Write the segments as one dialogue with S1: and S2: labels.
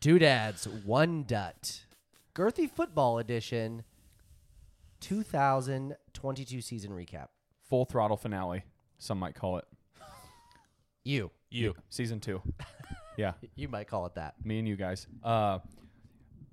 S1: Two Dads, One Dut, Girthy Football Edition, 2022 season recap.
S2: Full throttle finale, some might call it.
S1: You,
S2: You. Season two. yeah.
S1: you might call it that.
S2: me and you guys. Uh,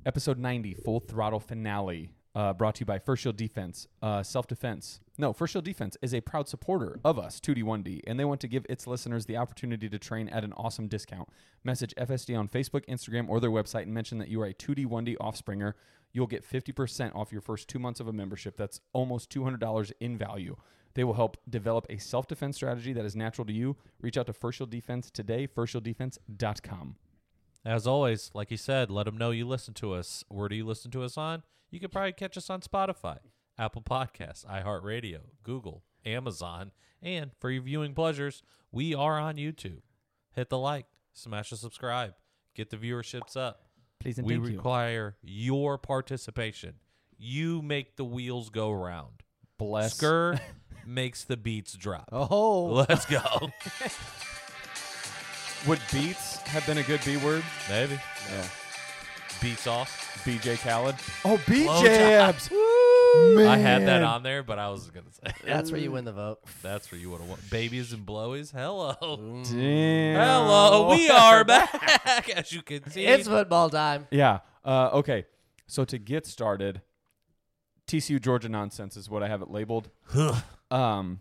S2: episode 90, full throttle finale, uh, brought to you by First Shield Defense, uh, Self Defense. No, First Shield Defense is a proud supporter of us, 2D1D, and they want to give its listeners the opportunity to train at an awesome discount. Message FSD on Facebook, Instagram, or their website and mention that you are a 2D1D offspringer. You'll get 50% off your first two months of a membership. That's almost $200 in value. They will help develop a self defense strategy that is natural to you. Reach out to First Shield Defense today, firstshielddefense.com.
S3: As always, like you said, let them know you listen to us. Where do you listen to us on? You can probably catch us on Spotify, Apple Podcasts, iHeartRadio, Google, Amazon, and for your viewing pleasures, we are on YouTube. Hit the like, smash the subscribe, get the viewerships up.
S2: Please and
S3: we
S2: thank you.
S3: require your participation. You make the wheels go round.
S2: Bless.
S3: Skur makes the beats drop.
S1: Oh,
S3: Let's go.
S2: Would beats have been a good B word?
S3: Maybe.
S2: Yeah.
S3: Beats off.
S2: BJ Khaled.
S4: Oh, B
S3: Blowjobs.
S4: jabs.
S3: I had that
S4: Man.
S3: on there, but I was going to say.
S1: that's
S2: Mm.
S1: where you win the vote.
S3: That's where you would have won. Babies and blowies.
S2: Mm.
S3: Hello.
S2: Damn.
S3: Hello. We are back. As you can see.
S1: It's football time.
S2: Yeah. Uh, okay. So to get started, TCU Georgia nonsense is what I have it labeled. um,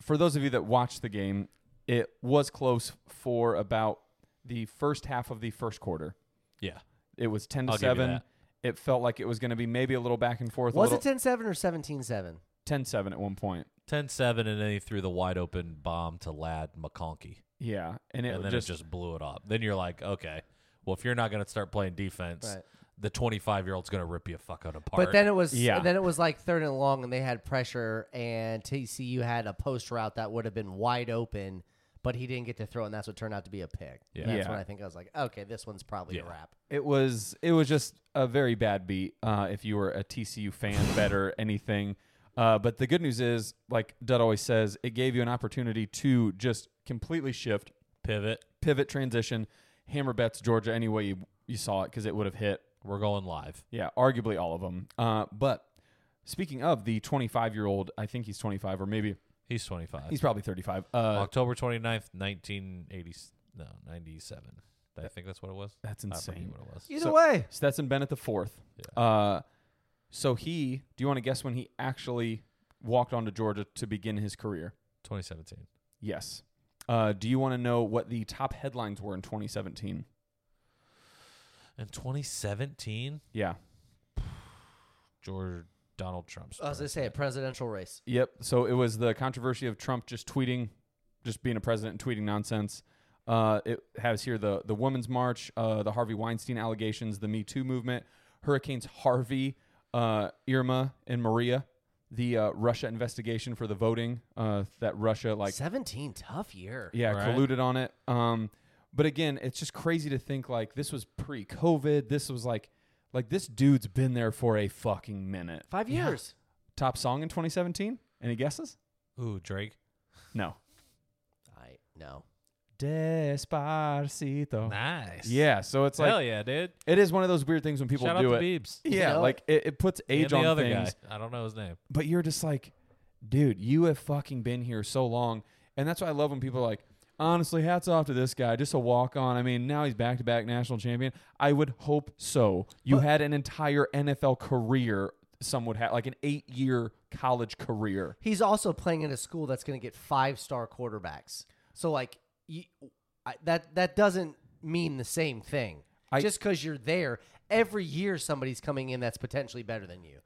S2: for those of you that watched the game, it was close for about the first half of the first quarter.
S3: yeah.
S2: It was ten to
S3: I'll give you
S2: seven.
S3: that.
S2: It felt like it was going to be maybe a little back and forth.
S1: Was it
S2: a little,
S1: 10 7 or 17 7?
S2: 10-7 at one point?
S3: 10 7, and then he threw the wide open bomb to Lad McConkey.
S2: Yeah, and it
S3: And then
S2: just
S3: it just blew it up. Then you're like, okay, well, if you're not going to start playing defense,
S1: Right.
S3: the 25 year old's going to rip you fucking apart.
S1: But then it was
S2: Yeah.
S1: then it was like third and long, and they had pressure, and TCU had a post route that would have been wide open, but he didn't get to throw, and that's what turned out to be a pick.
S3: Yeah.
S1: That's
S2: Yeah.
S1: when I think I was like, okay, this one's probably a
S3: Yeah.
S1: wrap.
S2: it was it was just a very bad beat uh, if you were a TCU fan, better anything. Uh, but the good news is, like Dud always says, it gave you an opportunity to just completely shift,
S3: pivot.
S2: pivot, transition, hammer bets Georgia any way you, you saw it because it would have hit
S3: We're going live.
S2: yeah, arguably all of them. Uh, but speaking of the 25 year old, I think he's 25 or maybe
S3: He's 25.
S2: he's probably 35. Uh,
S3: October 29th, 1980. No, 97. I think that's what it was.
S2: that's
S3: I forget
S2: insane.
S3: what it was.
S1: Either
S2: So-
S1: way,
S2: Stetson Bennett the fourth. Uh, so he, do you want to guess when he actually walked onto Georgia to begin his career?
S3: 2017.
S2: Yes. Uh, do you want to know what the top headlines were in 2017?
S3: In 2017,
S2: Yeah.
S3: George Donald Trump's.
S1: I was gonna say a presidential race.
S2: Yep. So it was the controversy of Trump just tweeting, just being a president and tweeting nonsense. Uh, it has here the the Women's March, uh, the Harvey Weinstein allegations, the Me Too movement, Hurricanes Harvey, uh, Irma, and Maria, the uh, Russia investigation for the voting uh, that Russia like
S1: Seventeen, tough year.
S2: Yeah,
S3: Right.
S2: colluded on it. Um, but again, it's just crazy to think like this was pre-COVID. This was like, like this dude's been there for a fucking minute.
S1: Five
S3: Yeah.
S1: years.
S2: Top song in 2017. Any guesses?
S3: Ooh, Drake.
S2: No.
S1: I know.
S2: Despacito.
S3: Nice.
S2: Oh. Yeah. So it's like
S3: Hell yeah, dude.
S2: it is one of those weird things when people
S3: Shout
S2: do
S3: out
S2: it.
S3: to Biebs.
S2: Yeah,
S1: You know?
S2: like it, it puts age
S3: and the
S2: on
S3: other
S2: things.
S3: guy. I don't know his name.
S2: but you're just like, dude, you have fucking been here so long. And that's why I love when people are like, honestly, hats off to this guy, just a walk on. I mean, now he's back to back national champion. I would hope so. You had an entire NFL career, some would have, like an eight year college career.
S1: He's also playing in a school that's gonna get five star quarterbacks. So like, you, I, that that doesn't mean the same thing.
S2: I-
S1: Just because you're there every year, somebody's coming in that's potentially better than you.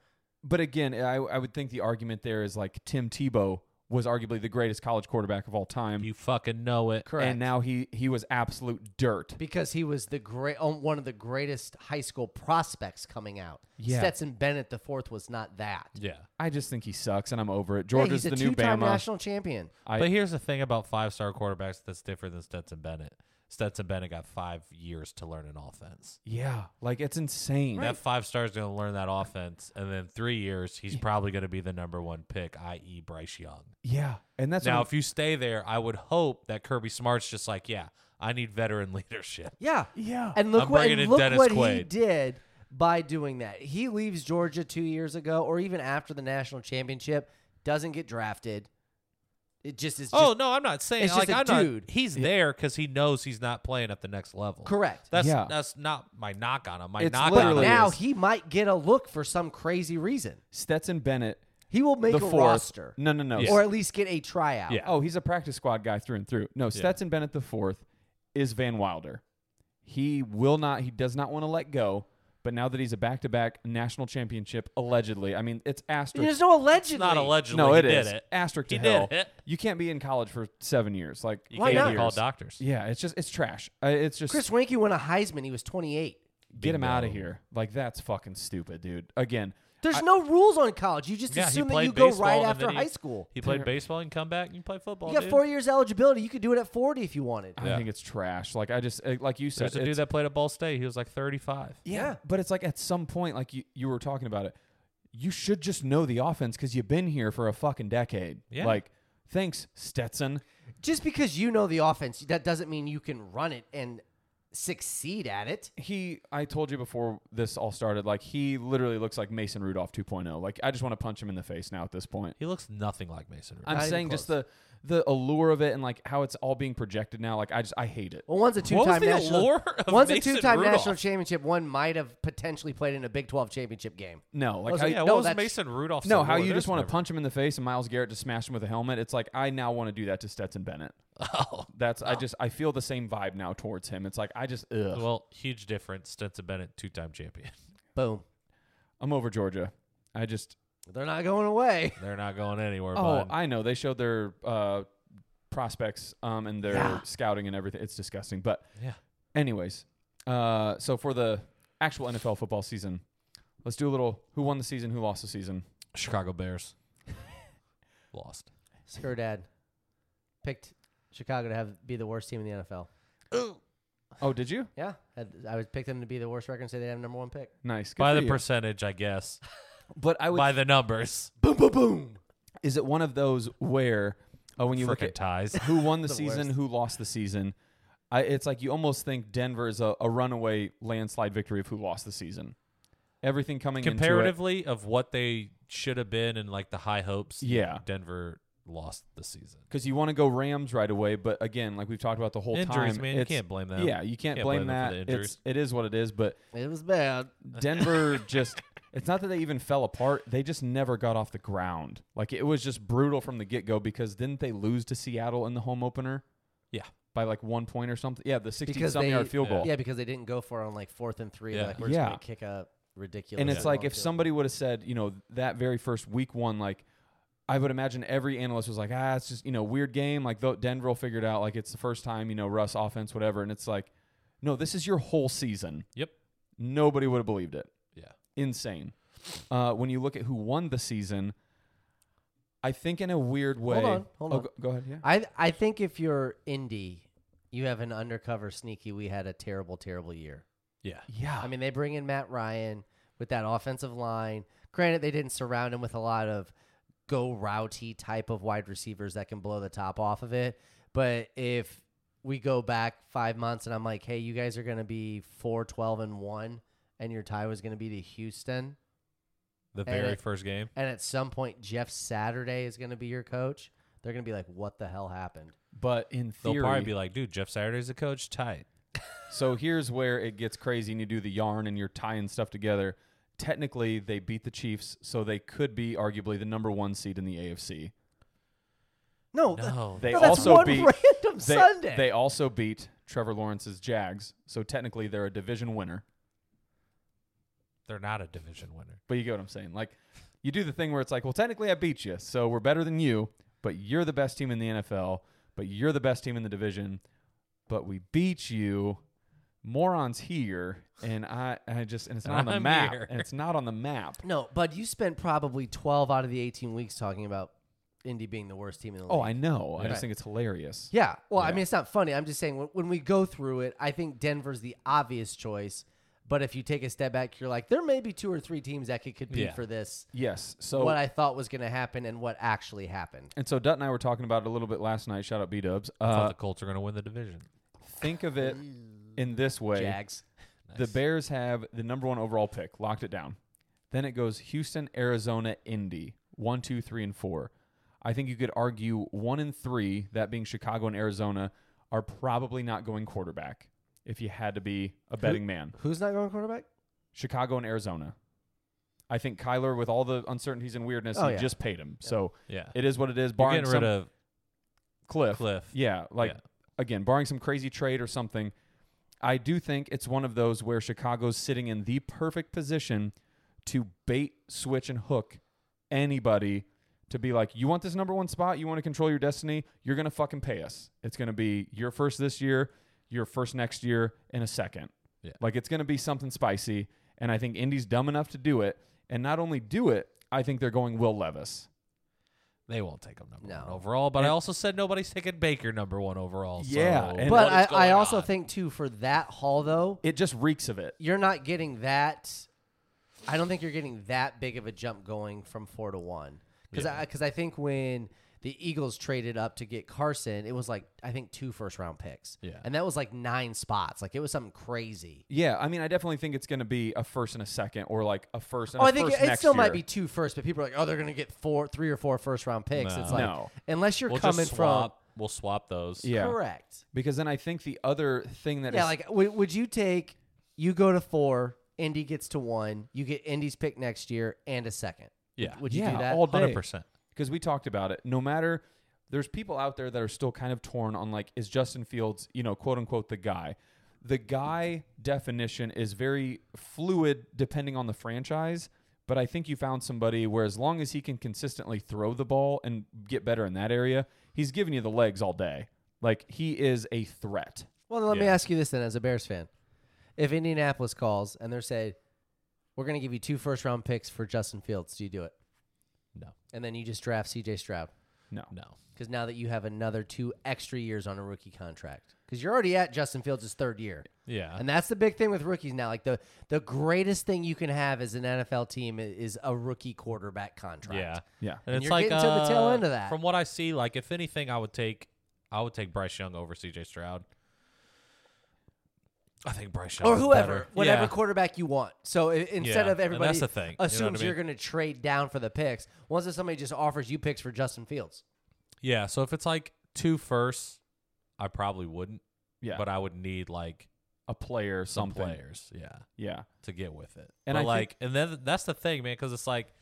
S2: But again, I, I would think the argument there is like Tim Tebow was arguably the greatest college quarterback of all time.
S3: You fucking know it.
S1: Correct.
S2: And now he, he was absolute dirt.
S1: because he was the great um, one of the greatest high school prospects coming out.
S2: Yeah.
S1: Stetson Bennett the fourth was not that.
S3: Yeah.
S2: I just think he sucks, and I'm over it.
S1: Yeah,
S2: Georgia's
S1: he's a
S2: the new
S1: two-time
S2: Bama.
S1: national champion.
S2: I-
S3: but here's the thing about five star quarterbacks that's different than Stetson Bennett. Stetson Bennett got five years to learn an offense.
S2: Yeah, like it's insane.
S3: That five star is going to learn that offense, and then three years, he's probably going to be the number one pick, i.e., Bryce Young.
S2: yeah, and that's
S3: now,
S2: what-
S3: if you stay there, I would hope that Kirby Smart's just like, yeah, I need veteran leadership.
S1: Yeah.
S2: yeah,
S1: And look
S3: I'm
S1: what
S3: bringing
S1: and
S3: in
S1: look
S3: Dennis
S1: what he
S3: Quaid.
S1: did by doing that. He leaves Georgia two years ago, or even after the national championship, doesn't get drafted. It just is. Just
S3: oh no, I'm not saying
S1: it's
S3: like
S1: just a
S3: I'm not-
S1: dude.
S3: he's there because he knows he's not playing at the next level.
S1: correct.
S3: That's
S2: Yeah.
S3: that's not my knock on him. My
S2: It's
S3: knock
S1: but
S3: on him
S2: literally
S1: now
S2: is.
S1: he might get a look for some crazy reason.
S2: Stetson Bennett,
S1: He will make
S2: the
S1: a
S2: fourth.
S1: roster,
S2: No, no, no.
S3: Yeah.
S1: or at least get a tryout.
S3: Yeah.
S2: Oh, he's a practice squad guy through and through. No, Stetson Bennett the fourth is Van Wilder. He will not. He does not want to let go. But now that he's a back-to-back national championship, allegedly, I mean, it's asterisk.
S1: There's no allegedly.
S3: not allegedly.
S2: no,
S3: he
S2: it
S3: did
S2: is
S3: it.
S2: asterisk to
S3: He did
S2: hell.
S3: it.
S2: You can't be in college for seven years. Like
S3: You
S1: Why
S2: eight
S3: can't
S1: not?
S3: even call
S2: years.
S3: doctors.
S2: Yeah, it's just it's trash. Uh, It's just
S1: Chris Winkie won a Heisman. He was 28.
S2: get him out of
S3: Bingo.
S2: here. Like that's fucking stupid, dude. Again,
S1: There's no rules on college. You just
S3: Yeah, he
S1: assume that
S3: played
S1: you go
S3: baseball
S1: right
S3: and
S1: after
S3: then he-
S1: high school.
S3: He played baseball and come back and you play football.
S1: You got
S3: dude.
S1: four years eligibility. You could do it at 40 if you wanted.
S2: I
S3: Yeah.
S2: think it's trash. Like I just uh, like you said,
S3: There's a
S2: it's-
S3: dude that played at Ball State. He was like 35.
S1: Yeah.
S2: But it's like at some point, like you, you were talking about it, you should just know the offense because you've been here for a fucking decade.
S3: Yeah.
S2: Like, thanks, Stetson.
S1: Just because you know the offense, that doesn't mean you can run it and succeed at it.
S2: He, I told you before this all started, like, he literally looks like Mason Rudolph 2.0. Like, I just want to punch him in the face now at this point.
S3: He looks nothing like Mason Rudolph.
S2: I'm
S1: Not even
S2: saying just the the allure of it and like how it's all being projected now. Like, I just, I hate it.
S1: Well, one's a
S3: What was
S1: two-time
S3: the
S1: national.
S3: allure of
S1: one's
S3: Mason
S1: a two-time
S3: Rudolph?
S1: national championship. One might have potentially played in a Big 12 championship game.
S2: No, like,
S1: Was it-
S2: I,
S3: yeah,
S1: no,
S3: what was
S1: that's-
S3: Mason Rudolph's?
S2: no, how
S3: allure?
S2: you
S3: There's
S2: just want
S3: never-
S2: to punch him in the face and Miles Garrett just smash him with a helmet. It's like, I now want to do that to Stetson Bennett.
S3: Oh,
S2: That's, I just, I feel the same vibe now towards him. It's like, I just, ugh.
S3: well, huge difference. Stetson Bennett, two-time champion.
S1: Boom.
S2: I'm over Georgia. I just
S1: They're not going away.
S3: They're not going anywhere.
S2: oh
S3: bud.
S2: I know they showed their uh, prospects um, and their
S1: Yeah.
S2: scouting and everything. It's disgusting. But
S3: yeah.
S2: anyways, uh, so for the actual NFL football season, let's do a little who won the season, who lost the season.
S3: Chicago Bears lost.
S1: Her dad picked Chicago to have be the worst team in the NFL.
S2: Oh, did you?
S1: Yeah, had- I would pick them to be the worst record and say they have number one pick.
S2: Nice. Good
S3: By
S2: for
S3: the
S2: you.
S3: percentage, I guess.
S2: but I would.
S3: By the numbers.
S1: Boom, boom, boom.
S2: is it one of those where uh, when you look
S3: Frickin'
S2: at
S3: ties.
S2: who won the,
S1: The
S2: season,
S1: worst.
S2: who lost the season, I, it's like you almost think Denver is a, a runaway landslide victory of who lost the season. Everything coming into it-
S3: Comparatively of what they should have been and like the high hopes.
S2: Yeah.
S3: Denver lost the season.
S2: because you want to go Rams right away. But again, like we've talked about the whole
S3: Injuries,
S2: time,
S3: man. You
S2: it's-
S3: can't blame them.
S2: Yeah, you can't,
S3: Can't
S2: blame,
S3: blame them
S2: that.
S3: for the
S2: it's
S3: injuries.
S2: it is what it is. But
S1: It was bad.
S2: Denver just. It's not that they even fell apart. They just never got off the ground. Like it was just brutal from the get go because didn't they lose to Seattle in the home opener?
S3: Yeah.
S2: By like one point or something. Yeah, the 60
S1: Because
S2: something
S1: they-
S2: yard field
S3: Yeah.
S2: goal.
S1: Yeah, because they didn't go for it on like fourth and three. They're
S3: Yeah.
S1: Like we're just
S2: Yeah.
S1: gonna kick a ridiculous.
S2: and it's like
S1: long
S2: if
S1: field
S2: somebody would have said, you know, that very first week one, like I would imagine every analyst was like, ah, it's just you know weird game. Like though Denver will figure it out. Like it's the first time, you know, Russ offense, whatever. And it's like, no, this is your whole season.
S3: Yep.
S2: Nobody would have believed it.
S3: Yeah.
S2: Insane. Uh, when you look at who won the season, I think in a weird way.
S1: on, hold
S2: Oh,
S1: on.
S2: Go, go ahead. Yeah.
S1: I I think if you're indie, you have an undercover sneaky. We had a terrible, terrible year.
S3: Yeah.
S2: yeah.
S1: I mean, they bring in Matt Ryan with that offensive line. Granted, they didn't surround him with a lot of go routy type of wide receivers that can blow the top off of it. But if we go back five months and I'm like, hey, you guys are going to be 4 12 and 1, and your tie was going to be to Houston.
S3: The
S1: And
S3: very
S1: it-
S3: first game.
S1: And at some point, Jeff Saturday is going to be your coach. They're going to be like, what the hell happened?
S2: but in
S3: They'll
S2: theory,
S3: probably be like, dude, Jeff Saturday's the coach. Tight.
S2: So here's where it gets crazy and you do the yarn and you're tying stuff together. Technically, they beat the Chiefs, so they could be arguably the number one seed in the AFC.
S1: No, th-
S3: No.
S2: They
S1: no, that's
S2: also
S1: one
S2: beat
S1: random
S2: they,
S1: Sunday.
S2: They also beat Trevor Lawrence's Jags, so technically they're a division winner.
S3: They're not a division winner.
S2: But you get what I'm saying. Like you do the thing where it's like, well, technically I beat you, so we're better than you, but you're the best team in the NFL, but you're the best team in the division, but we beat you. Morons here, and I, I just, and it's not on the
S3: I'm
S2: map,
S3: here.
S2: and it's not on the map.
S1: No, but you spent probably 12 out of the 18 weeks talking about Indy being the worst team in the league.
S2: Oh, I know. I
S1: Right.
S2: just think it's hilarious.
S1: Yeah. Well, I
S2: Yeah.
S1: mean, it's not funny. I'm just saying when, when we go through it, I think Denver's the obvious choice. But if you take a step back, you're like, there may be two or three teams that could compete
S3: Yeah.
S1: for this.
S2: Yes. So
S1: what I thought was going to happen and what actually happened.
S2: and so Dutt and I were talking about it a little bit last night. Shout out B Dubs.
S3: I thought
S2: Uh,
S3: the Colts are going to win the division.
S2: think of it in this way:
S1: Jags.
S2: the
S3: Nice.
S2: Bears have the number one overall pick, locked it down. Then it goes Houston, Arizona, Indy, one, two, three, and four. I think you could argue one and three, that being Chicago and Arizona, are probably not going quarterback. If you had to be a betting man,
S1: Who's not going quarterback?
S2: Chicago and Arizona. I think Kyler, with all the uncertainties and weirdness,
S1: Oh,
S2: you
S1: yeah.
S2: just paid him. So
S3: yeah.
S2: it is what it is.
S3: You're
S2: Barring
S3: getting rid
S2: some
S3: of
S2: Cliff,
S3: Cliff.
S2: yeah, like
S3: Yeah.
S2: again, barring some crazy trade or something, I do think it's one of those where Chicago's sitting in the perfect position to bait, switch, and hook anybody to be like, you want this number one spot, you want to control your destiny, you're gonna fucking pay us. It's gonna be your first this year, your first next year, and a second.
S3: Yeah.
S2: Like it's gonna be something spicy. And I think Indy's dumb enough to do it. And not only do it, I think they're going Will Levis.
S3: They won't take him number
S1: No.
S3: one overall, but I
S2: And-
S3: also said nobody's taking Baker number one overall. so
S2: Yeah, and-
S3: what
S1: But
S3: is
S1: I, I
S3: going
S1: also
S3: on?
S1: think, too, for that haul, though,
S2: It just reeks of it.
S1: you're not getting that. I don't think you're getting that big of a jump going from four to one because I
S3: Yeah.
S1: because I think when the Eagles traded up to get Carson, it was like I think two first round picks,
S3: Yeah.
S1: and that was like nine spots, like it was something crazy.
S2: Yeah, I mean, I definitely think it's going to be a first and a second, or like a first and
S1: Oh,
S2: a
S1: I think
S2: first
S1: it, it
S2: next
S1: still
S2: year.
S1: might be two first, but people are like, oh, they're gonna get four, three or four first round picks. It's
S3: No.
S1: like
S2: No.
S1: unless you're
S3: we'll
S1: coming
S3: just swap. We'll swap those.
S1: from
S2: Yeah,
S1: correct,
S2: because then I think the other thing that
S1: yeah.
S2: is-
S1: Like, w- would you take? You go to four, Indy gets to one, you get Indy's pick next year and a second.
S3: Yeah.
S1: Would you
S2: yeah,
S1: do that?
S2: all
S3: Hundred
S2: day
S3: percent.
S2: because we talked about it. No matter, there's people out there that are still kind of torn on like, is Justin Fields, you know, quote unquote, the guy? The guy definition is very fluid depending on the franchise, but I think you found somebody where as long as he can consistently throw the ball and get better in that area, he's giving you the legs all day. Like he is a threat.
S1: Well, then let me
S3: Yeah.
S1: ask you this then, as a Bears fan, if Indianapolis calls and they're saying, "We're going to give you two first round picks for Justin Fields," do you do it?
S3: No.
S1: And then you just draft C.J. Stroud
S2: No.
S3: No.
S1: because now that you have another two extra years on a rookie contract, because you're already at Justin Fields' third year,
S3: Yeah.
S1: and that's the big thing with rookies now. Like the the greatest thing you can have as an NFL team i- is a rookie quarterback contract.
S3: yeah.
S2: Yeah.
S3: And,
S1: And
S3: it's
S1: you're
S3: like
S1: getting to the tail
S3: uh,
S1: end of that.
S3: From what I see, like if anything, I would take I would take Bryce Young over CJ Stroud. I think Bryce Young
S1: Or
S3: is
S1: whoever,
S3: better.
S1: whatever
S3: Yeah.
S1: quarterback you want. So i- instead
S3: Yeah,
S1: of
S3: and
S1: everybody
S3: that's the thing, you know what I
S1: assumes
S3: mean?
S1: you're going to trade down for the picks, once if somebody just offers you picks for Justin Fields.
S3: Yeah. So if it's like two firsts, I probably wouldn't.
S2: Yeah.
S3: But I would need like
S2: a player,
S3: some
S2: something.
S3: players. Yeah.
S2: Yeah.
S3: to get with it.
S2: And I
S3: And but like,
S2: think-
S3: and then that's the thing, man, because it's like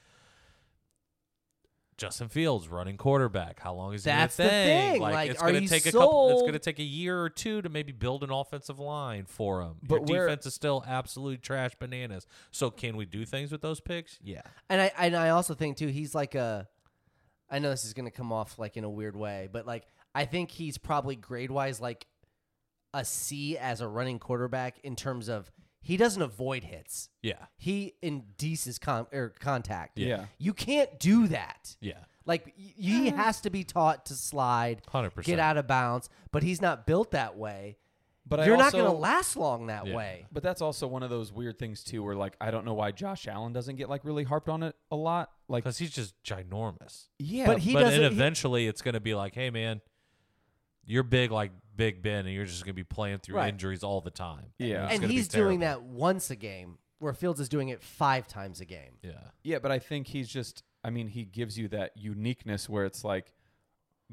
S3: Justin Fields running quarterback. How long is he gonna
S1: That's the
S3: thing?
S1: thing,
S3: Like,
S1: like,
S3: it's
S1: are
S3: gonna
S1: you
S3: take a couple. It's
S1: sold?
S3: gonna take a year or two to maybe build an offensive line for him. Your
S2: But where-
S3: defense is still absolute trash bananas. So can we do things with those picks? Yeah,
S1: And I and I also think too he's like a I know this is going to come off like in a weird way, but like I think he's probably grade-wise like a C as a running quarterback in terms of he doesn't avoid hits.
S3: yeah,
S1: He induces con- er, contact.
S2: Yeah.
S1: You can't do that.
S3: yeah,
S1: Like y- he has to be taught to slide,
S3: hundred percent.
S1: get out of bounds, but he's not built that way.
S2: But
S1: You're
S2: I
S1: not
S2: also,
S1: going to last long that
S3: Yeah.
S1: way.
S2: But that's also one of those weird things too, where like I don't know why Josh Allen doesn't get like really harped on it a lot. Like
S3: because he's just ginormous.
S2: yeah,
S1: but he
S3: but
S1: doesn't.
S3: then
S1: he-
S3: eventually it's going to be like, hey man, you're big like Big Ben, and you're just going to be playing through
S1: Right.
S3: injuries all the time.
S2: Yeah.
S3: it's
S1: and
S3: gonna be
S1: he's doing
S3: terrible.
S1: that once a game, where Fields is doing it five times a game.
S3: Yeah,
S2: yeah, but I think he's just. I mean, he gives you that uniqueness where it's like,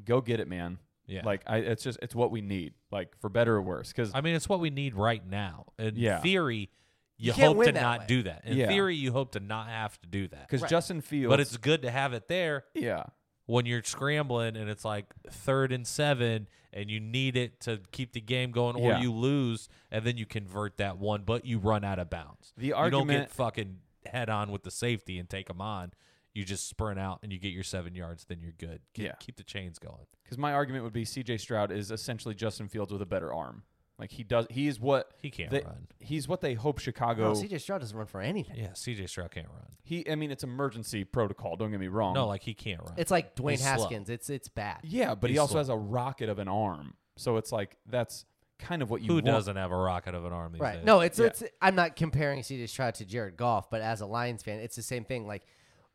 S2: go get it, man.
S3: yeah.
S2: Like I, it's just it's what we need, like for better or worse. Because
S3: I mean, it's what we need right now. In
S2: Yeah.
S3: theory, you,
S1: You can't
S3: hope
S1: win
S3: to
S1: that
S3: not
S1: way.
S3: do that. In
S2: Yeah.
S3: theory, you hope to not have to do that.
S2: because
S1: Right.
S2: Justin Fields,
S3: But it's good to have it there
S2: yeah,
S3: when you're scrambling and it's like third and seven and you need it to keep the game going or
S2: Yeah.
S3: you lose and then you convert that one, but you run out of bounds.
S2: The
S3: You don't
S2: argument-
S3: get fucking head on with the safety and take them on. You just sprint out and you get your seven yards, then you're good. Keep,
S2: Yeah.
S3: keep the chains going.
S2: because my argument would be C.J. Stroud is essentially Justin Fields with a better arm. Like he does. He is what
S3: He can't
S2: they-
S3: run.
S2: He's what they hope Chicago.
S1: No, CJ Oh, Stroud doesn't run for anything.
S3: Yeah, CJ Stroud can't run.
S2: he. I mean, it's emergency protocol. Don't get me wrong.
S3: No, like he can't run.
S1: It's like Dwayne
S3: He's slow.
S1: Haskins. It's it's bad.
S2: yeah, but he
S3: he's
S2: also
S3: slow.
S2: has a rocket of an arm. So it's like that's kind of what you
S3: Who
S2: want.
S3: doesn't have a rocket of an arm these
S1: Right.
S3: days?
S1: No, it's
S2: Yeah.
S1: it's I'm not comparing CJ Stroud to Jared Goff, but as a Lions fan, it's the same thing. Like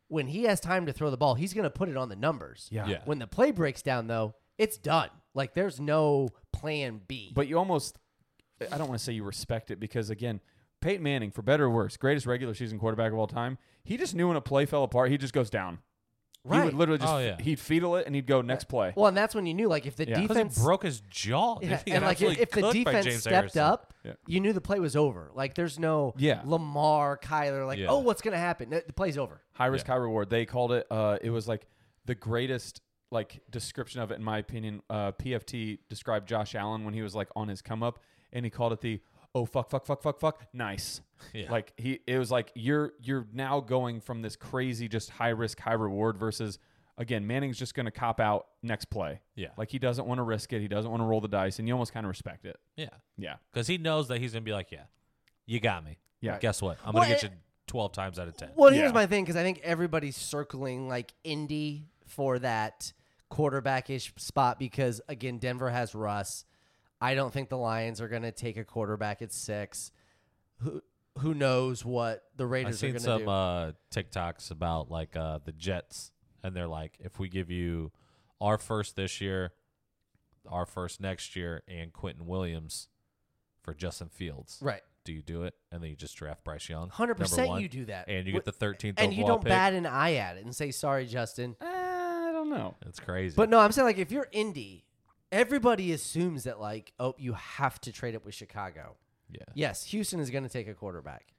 S1: when he has time to throw the ball, he's gonna put it on the numbers.
S2: Yeah.
S3: Yeah.
S1: When the play breaks down though, it's done. Like there's no plan B.
S2: But you almost, I don't want to say you respect it because again, Peyton Manning, for better or worse, greatest regular season quarterback of all time. He just knew when a play fell apart, he just goes down. He
S1: right.
S2: would literally just
S3: Oh, yeah.
S2: he'd feedle it and he'd go next play.
S1: well, and that's when you knew like if the
S2: Yeah. 'Cause
S3: because
S1: defense
S3: he broke his jaw. dude.
S1: Yeah,
S3: He
S1: and
S3: got
S1: like if,
S3: absolutely
S1: if the
S3: cooked by
S1: defense
S3: James
S1: stepped
S3: Harrison.
S1: up,
S2: Yeah.
S1: you knew the play was over. Like there's no
S2: Yeah.
S1: Lamar, Kyler, like
S3: Yeah.
S1: oh what's gonna happen? The the play's over.
S2: High risk, high reward. They called it. Uh, it was like the greatest like description of it in my opinion. Uh, PFT described Josh Allen when he was like on his come up, and he called it the oh fuck fuck fuck fuck fuck nice.
S3: Yeah.
S2: Like he, it was like you're you're now going from this crazy just high risk high reward versus again Manning's just going to cop out next play.
S3: Yeah.
S2: Like he doesn't want to risk it. He doesn't want to roll the dice, and you almost kind of respect it.
S3: yeah,
S2: Yeah.
S3: because he knows that he's gonna be like, yeah, you got me.
S2: Yeah.
S3: Guess what? I'm
S1: Well,
S3: gonna get you
S1: it-
S3: twelve times out of ten.
S1: Well,
S2: Yeah.
S1: here's my thing because I think everybody's circling like Indy for that quarterbackish spot because again, Denver has Russ. I don't think the Lions are going to take a quarterback at six. Who who knows what the
S3: I've
S1: Raiders are
S3: seen
S1: going to
S3: some
S1: do?
S3: uh, TikToks about like uh, the Jets, and they're like, if we give you our first this year, our first next year, and Quentin Williams for Justin Fields,
S1: right,
S3: do you do it? And then you just draft Bryce Young,
S1: hundred
S3: number
S1: percent.
S3: one,
S1: You do that,
S3: and you
S1: Wh-
S3: get the thirteenth
S1: and you
S3: overall
S1: don't
S3: pick.
S1: bat an eye at it and say sorry, Justin.
S2: Uh, I don't know.
S3: It's crazy.
S1: But no, I'm saying like if you're Indy, everybody assumes that like oh you have to trade up with Chicago.
S3: yeah,
S1: Yes, Houston is going to take a quarterback.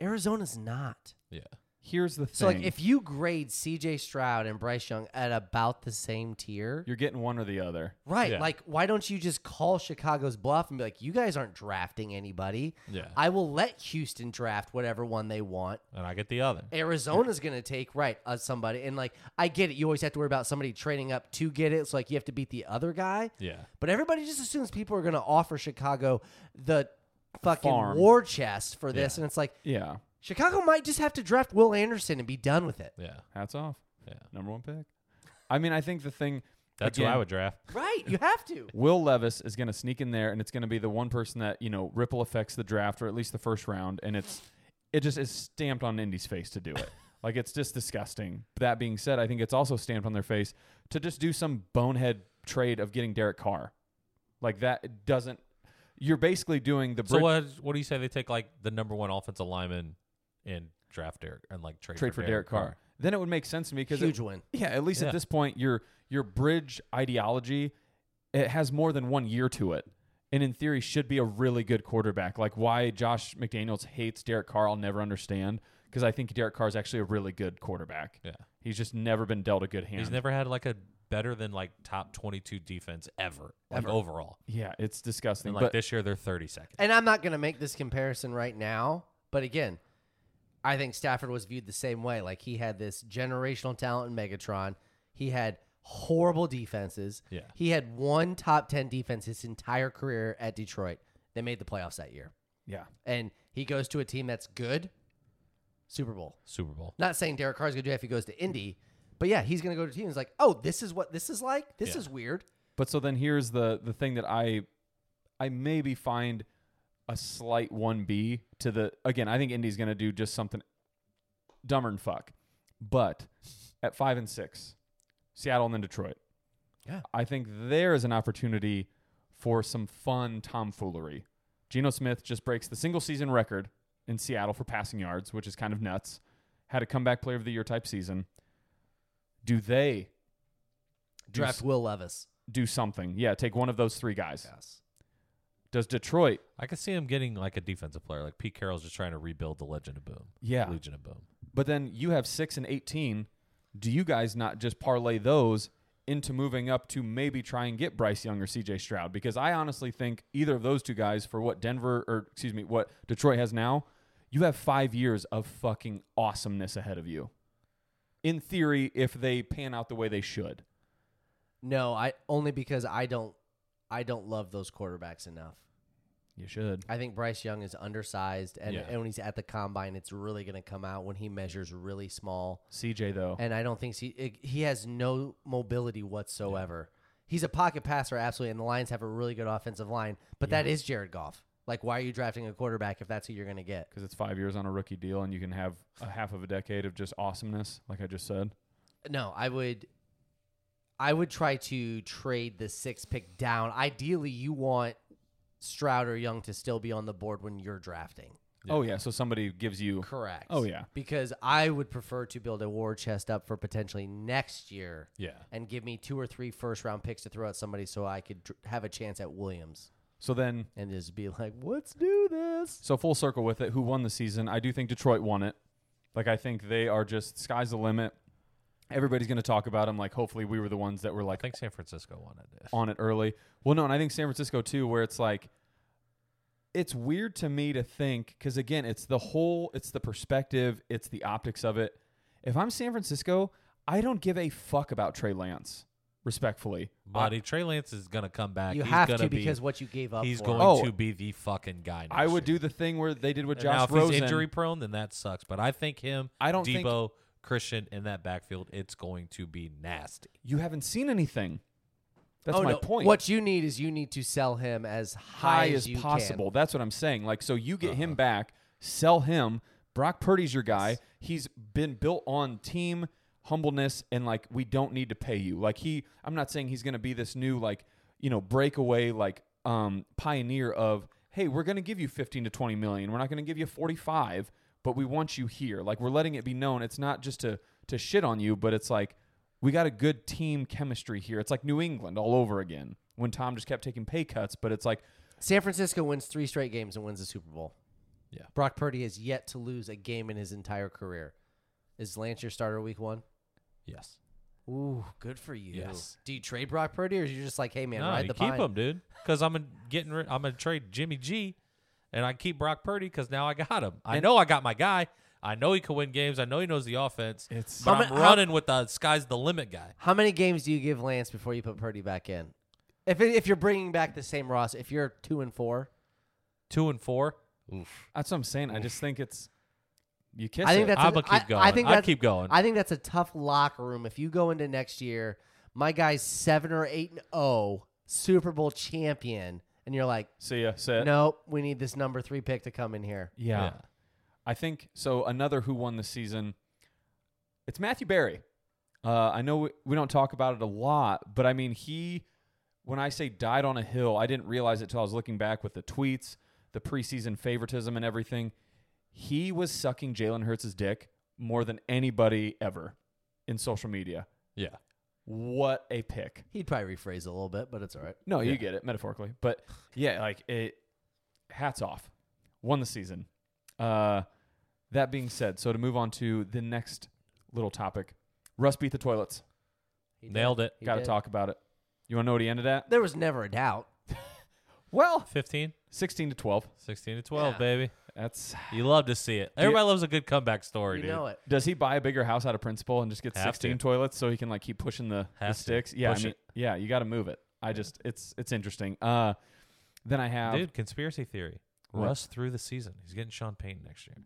S1: Arizona's not.
S3: yeah.
S2: Here's the thing.
S1: So like if you grade CJ Stroud and Bryce Young at about the same tier,
S2: you're getting one or the other.
S1: right,
S3: Yeah.
S1: like why don't you just call Chicago's bluff and be like you guys aren't drafting anybody.
S3: Yeah.
S1: I will let Houston draft whatever one they want.
S3: And I get the other.
S1: Arizona's going to take right uh, somebody and like I get it. You always have to worry about somebody trading up to get it. So like you have to beat the other guy.
S3: Yeah.
S1: But everybody just assumes people are going to offer Chicago the fucking
S2: Farm.
S1: war chest for this and it's like
S2: Yeah.
S1: Chicago might just have to draft Will Anderson and be done with it.
S3: Yeah.
S2: Hats off.
S3: Yeah.
S2: Number one pick. I mean, I think the thing.
S3: That's
S2: again,
S3: who I would draft.
S1: Right, you have to.
S2: Will Levis is going to sneak in there, and it's going to be the one person that you know ripple affects the draft, or at least the first round, and it's it just is stamped on Indy's face to do it. like it's just disgusting. That being said, I think it's also stamped on their face to just do some bonehead trade of getting Derek Carr. Like that doesn't. You're basically doing the
S3: So
S2: bridge-
S3: what? What do you say they take like the number one offensive lineman and draft Derek and like trade,
S2: trade for Derek Carr. Then it would make sense to me because
S1: Huge win.
S2: Yeah, at least
S3: Yeah.
S2: at this point, your your bridge ideology it has more than one year to it, and in theory, should be a really good quarterback. Like why Josh McDaniels hates Derek Carr, I'll never understand because I think Derek Carr is actually a really good quarterback.
S3: Yeah.
S2: He's just never been dealt a good hand.
S3: He's never had like a better than like top 22 defense ever, like overall.
S2: yeah, it's disgusting.
S3: And like
S2: but
S3: this year, they're 32nd.
S1: And I'm not going to make this comparison right now, but again, I think Stafford was viewed the same way. Like he had this generational talent in Megatron. He had horrible defenses.
S3: Yeah.
S1: He had one top 10 defense his entire career at Detroit. They made the playoffs that year.
S2: yeah,
S1: And he goes to a team that's good. Super Bowl.
S3: Super Bowl.
S1: Not saying Derek Carr's going to do that if he goes to Indy, but yeah, he's going to go to a team that's like, "Oh, this is what this is like. This
S3: Yeah.
S1: is weird."
S2: But so then here's the the thing that I I maybe find a slight one B to the again, I think Indy's gonna do just something dumber and fuck. But at five and six, Seattle and then Detroit.
S1: Yeah.
S2: I think there is an opportunity for some fun tomfoolery. Geno Smith just breaks the single season record in Seattle for passing yards, which is kind of nuts. Had a comeback player of the year type season. Do they do
S1: Draft Will Levis.
S2: do something. Yeah, take one of those three guys.
S1: Yes.
S2: Does Detroit?
S3: I could see him getting like a defensive player. Like Pete Carroll's just trying to rebuild the Legend of Boom.
S2: Yeah.
S3: Legion of Boom.
S2: But then you have six and eighteen. Do you guys not just parlay those into moving up to maybe try and get Bryce Young or CJ Stroud? Because I honestly think either of those two guys for what Denver or excuse me, what Detroit has now, you have five years of fucking awesomeness ahead of you. In theory, if they pan out the way they should.
S1: No, I only because I don't I don't love those quarterbacks enough.
S2: You should.
S1: I think Bryce Young is undersized, and,
S2: Yeah.
S1: and when he's at the combine, it's really going to come out when he measures really small.
S2: CJ though.
S1: And I don't think he it- he has no mobility whatsoever. He's a pocket passer, absolutely, and the Lions have a really good offensive line. But that is Jared Goff. Like, why are you drafting a quarterback if that's who you're going to get?
S2: because it's five years on a rookie deal and you can have a half of a decade of just awesomeness, like I just said.
S1: No, I would. I would try to trade the six pick down. Ideally, you want Stroud or Young to still be on the board when you're drafting.
S3: Yeah.
S2: Oh yeah, so somebody gives you
S1: Correct.
S2: Oh, yeah.
S1: Because I would prefer to build a war chest up for potentially next year
S3: Yeah.
S1: and give me two or three first round picks to throw at somebody so I could dr- have a chance at Williams
S2: so then
S1: and just be like, let's do this.
S2: so full circle with it. Who won the season? I do think Detroit won it. Like I think they are just sky's the limit. Everybody's going to talk about them. Like hopefully we were the ones that were
S3: I
S2: like
S3: think San Francisco wanted it.
S2: on it early. Well, no, and I think San Francisco too, where it's like it's weird to me to think because again, it's the whole, it's the perspective, it's the optics of it. If I'm San Francisco, I don't give a fuck about Trey Lance, respectfully.
S3: Buddy, Trey Lance is gonna come back.
S1: You
S3: he's
S1: have
S3: gonna
S1: to
S3: be,
S1: because what you gave up.
S3: he's
S1: for
S3: going
S1: him.
S2: Oh.
S3: to be the fucking guy. Next
S2: I would
S3: year.
S2: do the thing where they did with
S3: And
S2: Josh
S3: now, if
S2: Rosen.
S3: he's injury prone, then that sucks. But I think him,
S2: I don't think-
S3: Debo, Christian in that backfield, it's going to be nasty.
S2: you haven't seen anything. That's
S1: Oh,
S2: my
S1: no.
S2: point.
S1: What you need is you need to sell him as high,
S2: high as
S1: you can.
S2: possible. That's what I'm saying. Like, so you get him back, sell him. Brock Purdy's your guy. He's been built on team humbleness and like we don't need to pay you. Like he, I'm not saying he's going to be this new like you know breakaway like um pioneer of hey we're going to give you 15 to 20 million. We're not going to give you 45, but we want you here. Like we're letting it be known. It's not just to to shit on you, but it's like we got a good team chemistry here. It's like New England all over again when Tom just kept taking pay cuts, but it's like
S1: San Francisco wins three straight games and wins the Super Bowl.
S3: Yeah.
S1: Brock Purdy has yet to lose a game in his entire career. Is Lance your starter week one?
S3: Yes.
S1: Ooh, good for you.
S3: Yes.
S1: Do you trade Brock Purdy or are you just like, hey man,
S3: no,
S1: ride
S3: you
S1: the
S3: keep
S1: pine?
S3: him, dude. Because I'm a- getting. Rid- I'm gonna trade Jimmy G, and I keep Brock Purdy because now I got him. I know I got my guy. I know he can win games. I know he knows the offense.
S2: It's-
S1: How
S3: but I'm
S1: many- how-
S3: running with the sky's the limit guy.
S1: How many games do you give Lance before you put Purdy back in? If it, if you're bringing back the same Ross, if you're two and four,
S3: Two and four. Oof.
S2: That's what I'm saying. I just think it's you kiss.
S1: I think
S2: it.
S1: that's
S3: I'ma
S1: a,
S3: keep going.
S1: I, I think
S3: I'll
S1: that's,
S3: keep going.
S1: I think that's a tough locker room. If you go into next year, my guy's seven or eight and oh, Super Bowl champion, and you're like,
S2: see ya. Set.
S1: nope, we need this number three pick to come in here.
S2: Yeah.
S3: Yeah.
S2: I think so. Another who won the season? It's Matthew Barry. Uh, I know we, we don't talk about it a lot, but I mean he. When I say died on a hill, I didn't realize it till I was looking back with the tweets, the preseason favoritism, and everything. He was sucking Jalen Hurts' dick more than anybody ever in social media.
S3: Yeah.
S2: What a pick!
S1: He'd probably rephrase a little bit, but it's all right.
S2: No, you get it metaphorically, but yeah, like it. Hats off, won the season. Uh, that being said, so to move on to the next little topic, Russ beat the toilets.
S1: He did.
S3: Nailed it.
S1: He
S2: Got to
S1: did.
S2: talk about it. You want to know what he ended at?
S1: There was never a doubt.
S2: Well,
S3: 15,
S2: sixteen to twelve.
S3: 16 to 12,
S1: Yeah.
S3: baby.
S2: That's
S3: You love to see it.
S2: you-
S3: Everybody loves a good comeback story,
S1: You
S3: dude.
S1: know it.
S2: does he buy a bigger house out of principle and just get
S3: Have
S2: sixteen
S3: to.
S2: toilets so he can like keep pushing the, the
S3: Has to.
S2: sticks? Yeah, I
S3: Push
S2: mean,
S3: it.
S2: yeah, you got to move it. I just it's it's interesting. Uh, then I have
S3: Dude, conspiracy theory.
S2: What?
S3: Russ through the season. He's getting Sean Payton next year.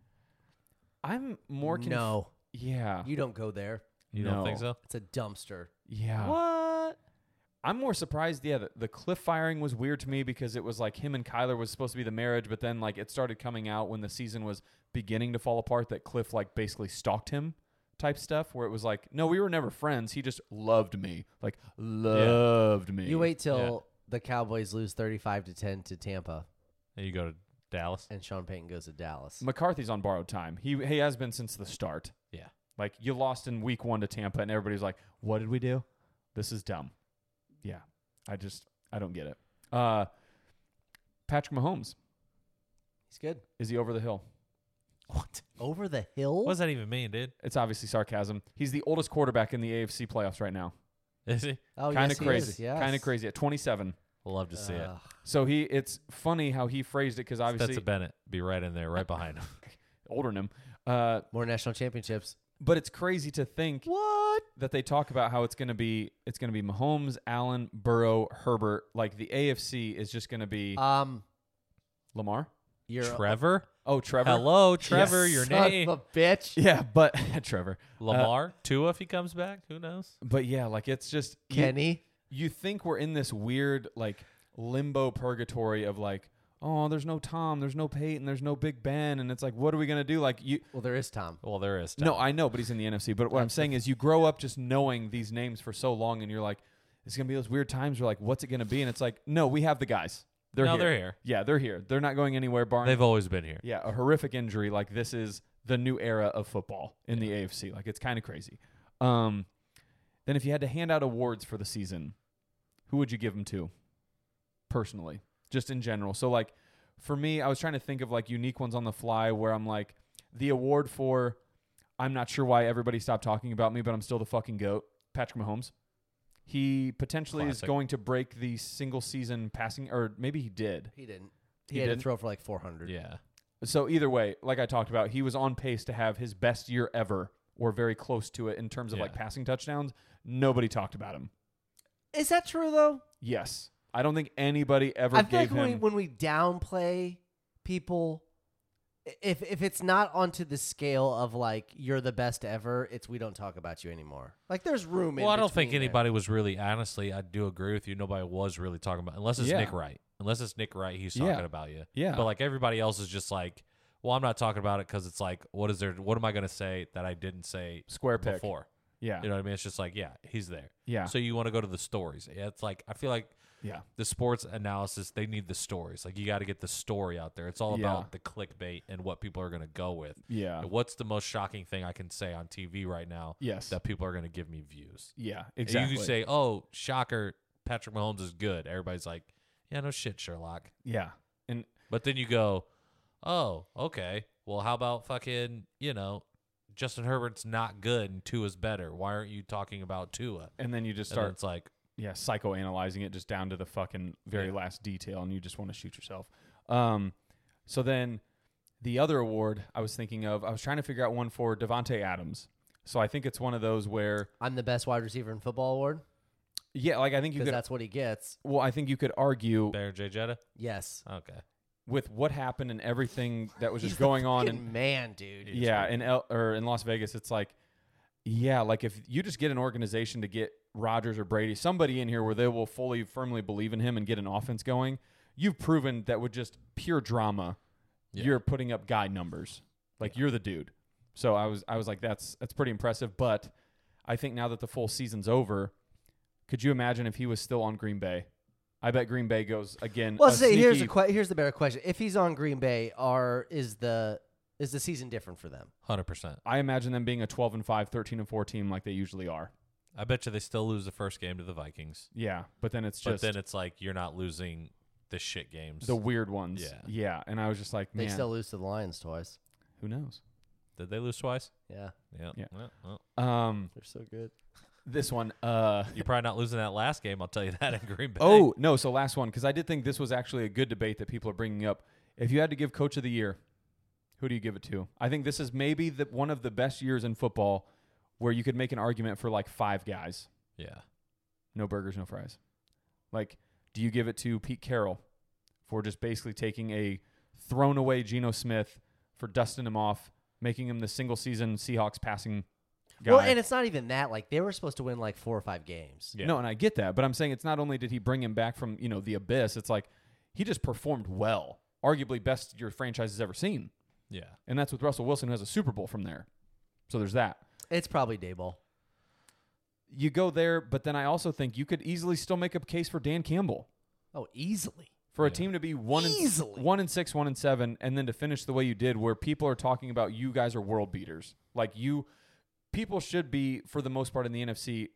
S2: I'm more conf-
S1: no,
S2: yeah
S1: you don't go there.
S3: You don't think
S2: No.
S3: so?
S1: It's a dumpster.
S2: yeah
S3: What?
S2: I'm more surprised. Yeah, the, the cliff firing was weird to me because it was like him and Kyler was supposed to be the marriage, but then like it started coming out when the season was beginning to fall apart that Cliff like basically stalked him type stuff where it was like, no, we were never friends. He just loved me, like loved me.
S1: You wait till the Cowboys lose thirty-five to ten to Tampa,
S3: And you go to Dallas.
S2: Uh,
S1: and Sean Payton goes to Dallas.
S2: McCarthy's on borrowed time. He he has been since the start.
S3: Yeah.
S2: Like you lost in week one to Tampa, and everybody's like, "What did we do? This is dumb." Yeah, I just I don't get it. Uh, Patrick Mahomes
S1: He's good.
S2: is he over the hill?
S1: What? Over the hill?
S3: What does that even mean, dude?
S2: It's obviously sarcasm. He's the oldest quarterback in the AFC playoffs right now.
S3: Is he?
S1: oh,
S2: kind
S1: yes,
S2: of
S1: he
S2: crazy.
S1: is, yes.
S2: Kind of crazy at 27.
S3: Love to see it.
S1: Ugh.
S2: So he, it's funny how he phrased it because Uh, obviously
S3: Stetson Bennett be right in there, right behind him.
S2: older than him. Uh,
S1: More national championships.
S2: but it's crazy to think
S1: What?
S2: that they talk about how it's gonna be, it's gonna be
S1: Uh,
S2: Mahomes, Allen, Burrow, Herbert. Like the AFC is just gonna be
S1: Um,
S2: Lamar?
S1: You're
S3: Trevor?
S2: Oh, Trevor.
S3: Hello, Trevor, your
S1: son
S3: name.
S1: of a bitch.
S2: Yeah, but Trevor. Uh,
S3: Lamar? Tua if he comes back? Who knows?
S2: but yeah, like it's just you-
S1: Kenny.
S2: you think we're in this weird like limbo purgatory of like, oh, there's no Tom, there's no Peyton, there's no Big Ben, and it's like, what are we gonna do? Like you.
S1: Well, there is Tom.
S3: Well, there is.
S2: No, I know, but he's in the NFC. But what I'm saying is, you grow up just knowing these names for so long, and you're like, it's gonna be those weird times where like, what's it gonna be? And it's like, no, we have the guys. They're
S3: No,
S2: here.
S3: they're here.
S2: Yeah, they're here. They're not going anywhere. Barring
S3: They've always been here.
S2: yeah, a horrific injury. Like this is the new era of football in the AFC. Like it's kind of crazy. Um, then if you had to hand out awards for the season, who would you give them to? Personally, just in general. So like for me, I was trying to think of like unique ones on the fly where I'm like the award for I'm not sure why everybody stopped talking about me, but I'm still the fucking goat. Patrick Mahomes. He potentially is
S3: Classic.
S2: going to break the single season passing, or maybe he did.
S1: He didn't. He,
S2: He
S1: had
S2: didn't?
S1: to throw for like 400.
S3: Yeah.
S2: So either way, like I talked about, he was on pace to have his best year ever or very close to it in terms of like
S3: Yeah.
S2: passing touchdowns. Nobody talked about him.
S1: Is that true though?
S2: Yes. I don't think anybody ever
S1: I feel
S2: gave
S1: like when we,
S2: him
S1: when we downplay people, i- if if it's not onto the scale of like you're the best ever, it's we don't talk about you anymore. Like there's room.
S3: Well,
S1: in
S3: I don't think
S1: between there.
S3: anybody was really, honestly, I do agree with you. Nobody was really talking about, unless it's
S2: Yeah.
S3: Nick Wright. Unless it's Nick Wright, he's
S2: Yeah.
S3: talking about you.
S2: Yeah.
S3: But like everybody else is just like, well, I'm not talking about it because it's like, what is there? What am I going to say that I didn't say
S2: square pick.
S3: before?
S2: Yeah.
S3: You know what I mean? It's just like, yeah, he's there.
S2: Yeah.
S3: So you want to go to the stories. Yeah, It's like, I feel like
S2: yeah.
S3: the sports analysis, they need the stories. Like you got to get the story out there. It's all
S2: Yeah.
S3: about the clickbait and what people are going to go with.
S2: Yeah.
S3: What's the most shocking thing I can say on TV right now
S2: Yes.
S3: that people are going to give me views?
S2: yeah.
S3: And
S2: Exactly.
S3: You can say, "Oh, shocker, Patrick Mahomes is good." Everybody's like, "Yeah, no shit, Sherlock."
S2: yeah. And
S3: But then you go, "Oh, okay. Well, how about fucking, you know, Justin Herbert's not good and Tua's better. Why aren't you talking about Tua?"
S2: and then you just
S3: And then
S2: start
S3: it's like,
S2: yeah, psychoanalyzing it just down to the fucking very last detail and you just want to shoot yourself. Um so then the other award I was thinking of, I was trying to figure out one for Devonte Adams. So I think it's one of those where
S1: I'm the best wide receiver in football award
S2: Yeah, like I think you
S1: because
S2: could.
S1: that's what he gets.
S2: Well, I think you could argue
S3: "Bear J Jetta."
S1: Yes.
S3: Okay.
S2: with what happened and everything that was
S1: He's
S2: just
S1: the
S2: going on.
S1: fucking
S2: And,
S1: man, dude.
S2: yeah, in L, or in Las Vegas, it's like, yeah, like if you just get an organization to get Rodgers or Brady, somebody in here where they will fully, firmly believe in him and get an offense going, you've proven that with just pure drama,
S3: Yeah.
S2: you're putting up guy numbers. Like you're the dude. So I was, I was like, that's that's pretty impressive. But I think now that the full season's over, could you imagine if he was still on Green Bay? I bet Green Bay goes again.
S1: Well,
S2: a
S1: say here's the
S2: Uh, sneaky-
S1: que- here's the better question: If he's on Green Bay, are is the is the season different for them?
S3: 100%.
S2: I imagine them being a 12 and 5, 13 and 4 team like they usually are.
S3: I bet you they still lose the first game to the Vikings.
S2: Yeah, but then it's
S3: But
S2: just
S3: then it's like you're not losing the shit games.
S2: the weird ones.
S3: Yeah.
S2: yeah. And I was just like,
S1: They
S2: man,
S1: still lose to the Lions twice.
S2: who knows?
S3: Did they lose twice?
S1: Yeah,
S3: Yeah.
S2: Yeah.
S3: Well, well.
S2: Um,
S1: they're so good.
S2: this one. Uh,
S3: You're probably not losing that last game. I'll tell you that in Green Bay.
S2: oh no, so last one because I did think this was actually a good debate that people are bringing up. If you had to give Coach of the Year, who do you give it to? I think this is maybe the, one of the best years in football where you could make an argument for like five guys.
S3: yeah.
S2: no burgers, no fries. Like, do you give it to Pete Carroll for just basically taking a thrown away Geno Smith for dusting him off, making him the single season Seahawks passing guy?
S1: Well, and it's not even that. Like they were supposed to win like four or five games.
S3: Yeah.
S2: No, and I get that, but I'm saying it's not only did he bring him back from you know the abyss, it's like he just performed well, arguably best your franchise has ever seen,
S3: Yeah.
S2: and that's with Russell Wilson who has a Super Bowl from there. So there's that.
S1: It's probably Dayball.
S2: You go there, but then I also think you could easily still make a case for Dan Campbell.
S1: Oh, easily.
S2: for a team to be one
S1: Easily.
S2: and one and six, one and seven, and then to finish the way you did, where people are talking about you guys are world beaters. Like you, people should be for the most part in the NFC